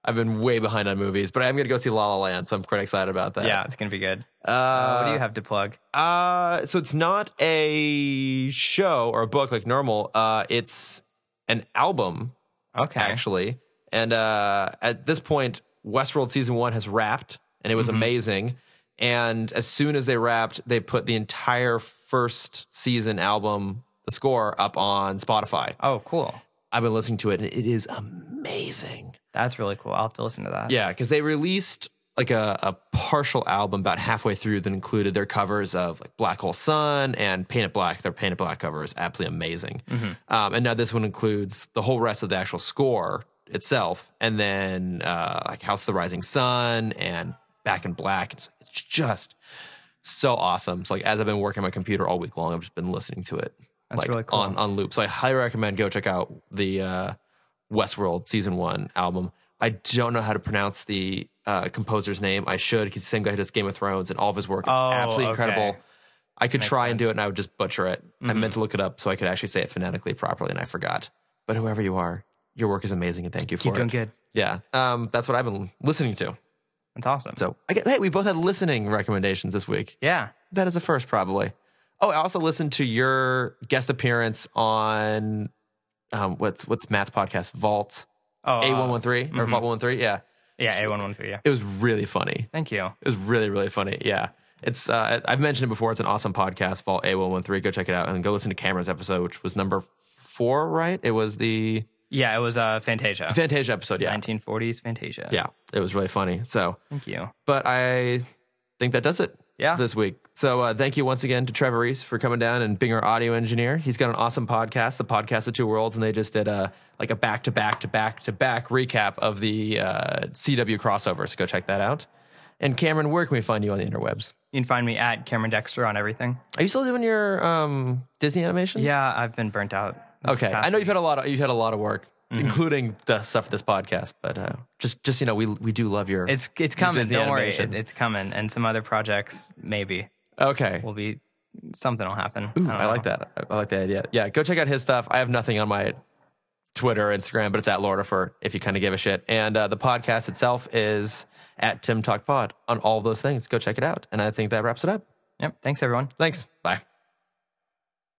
[SPEAKER 1] I've been way behind on movies, but I'm going to go see La La Land, so I'm quite excited about that.
[SPEAKER 2] yeah, it's gonna be good.
[SPEAKER 1] Uh,
[SPEAKER 2] what do you have to plug?
[SPEAKER 1] Uh, so it's not a show or a book like normal. Uh, it's an album
[SPEAKER 2] Okay,
[SPEAKER 1] actually. And uh, at this point, Westworld season one has wrapped, and it was
[SPEAKER 2] Mm-hmm.
[SPEAKER 1] amazing. And as soon as they wrapped, they put the entire first season album, the score, up on Spotify.
[SPEAKER 2] Oh, cool.
[SPEAKER 1] I've been listening to it, and it is amazing.
[SPEAKER 2] That's really cool. I'll have to listen to that.
[SPEAKER 1] Yeah, because they released like a, a partial album about halfway through that included their covers of like Black Hole Sun and Paint It Black. Their Paint It Black cover is absolutely amazing.
[SPEAKER 2] Mm-hmm.
[SPEAKER 1] Um, and now this one includes the whole rest of the actual score itself, and then uh, like House of the Rising Sun and Back in Black. It's, it's just so awesome. So like as I've been working on my computer all week long, I've just been listening to it
[SPEAKER 2] That's
[SPEAKER 1] like
[SPEAKER 2] really cool.
[SPEAKER 1] on on loop. So I highly recommend go check out the uh, Westworld season one album. I don't know how to pronounce the uh, composer's name. I should. 'cause He's the same guy who does Game of Thrones, and all of his work is
[SPEAKER 2] Oh,
[SPEAKER 1] absolutely
[SPEAKER 2] okay.
[SPEAKER 1] incredible. I could
[SPEAKER 2] Makes Mm-hmm.
[SPEAKER 1] try and do it, and I would just butcher it. I meant to look it up so I could actually say it phonetically properly, and I forgot. But whoever you are, your work is amazing, and thank you for
[SPEAKER 2] Keep
[SPEAKER 1] it.
[SPEAKER 2] doing good.
[SPEAKER 1] Yeah, um, that's what I've been listening to.
[SPEAKER 2] That's awesome.
[SPEAKER 1] So, I get, hey, we both had listening recommendations this week.
[SPEAKER 2] yeah.
[SPEAKER 1] That is a first, probably. Oh, I also listened to your guest appearance on um, what's what's Matt's podcast, Vault
[SPEAKER 2] Oh,
[SPEAKER 1] A one
[SPEAKER 2] uh,
[SPEAKER 1] one three or
[SPEAKER 2] mhm.
[SPEAKER 1] Vault one one three. Yeah,
[SPEAKER 2] Yeah, A one one three. Yeah.
[SPEAKER 1] it was really funny.
[SPEAKER 2] Thank you.
[SPEAKER 1] It was really really funny. Yeah, it's uh, I've mentioned it before. It's an awesome podcast, Vault A one one three. Go check it out and go listen to Cameron's episode, which was number four, right? It was the
[SPEAKER 2] Yeah, it was uh, Fantasia.
[SPEAKER 1] Fantasia episode. Yeah,
[SPEAKER 2] 1940s Fantasia.
[SPEAKER 1] yeah, it was really funny. So,
[SPEAKER 2] Thank you.
[SPEAKER 1] but I think that does it.
[SPEAKER 2] Yeah.
[SPEAKER 1] this week. So uh, thank you once again to Trevor Reese for coming down and being our audio engineer. He's got an awesome podcast, the Podcast of Two Worlds, and they just did a like a back to back to back to back recap of the uh, CW crossover. So go check that out. And Cameron, where can we find you on the interwebs?
[SPEAKER 2] You can find me at Cameron Dexter on everything.
[SPEAKER 1] Are you still doing your um, Disney animation?
[SPEAKER 2] Yeah, I've been burnt out. this
[SPEAKER 1] Okay.
[SPEAKER 2] past
[SPEAKER 1] I know
[SPEAKER 2] week.
[SPEAKER 1] you've had a lot. Of, you've had a lot of work,
[SPEAKER 2] Mm-hmm.
[SPEAKER 1] including the stuff for this podcast. But uh, just just you know, we we do love your.
[SPEAKER 2] It's it's coming.
[SPEAKER 1] Disney
[SPEAKER 2] Don't worry, it,
[SPEAKER 1] animations.
[SPEAKER 2] it's coming. And some other projects maybe
[SPEAKER 1] okay.
[SPEAKER 2] will be something will happen.
[SPEAKER 1] Ooh,
[SPEAKER 2] don't
[SPEAKER 1] I, like
[SPEAKER 2] know.
[SPEAKER 1] that. I- I like that idea. Yeah, go check out his stuff. I have nothing on my Twitter, or Instagram, but it's at Lordifer if you kind of give a shit. And uh, the podcast itself is at Tim Talk Pod on all those things. Go check it out. And I think that wraps it up.
[SPEAKER 2] Yep. Thanks everyone.
[SPEAKER 1] Thanks. Bye.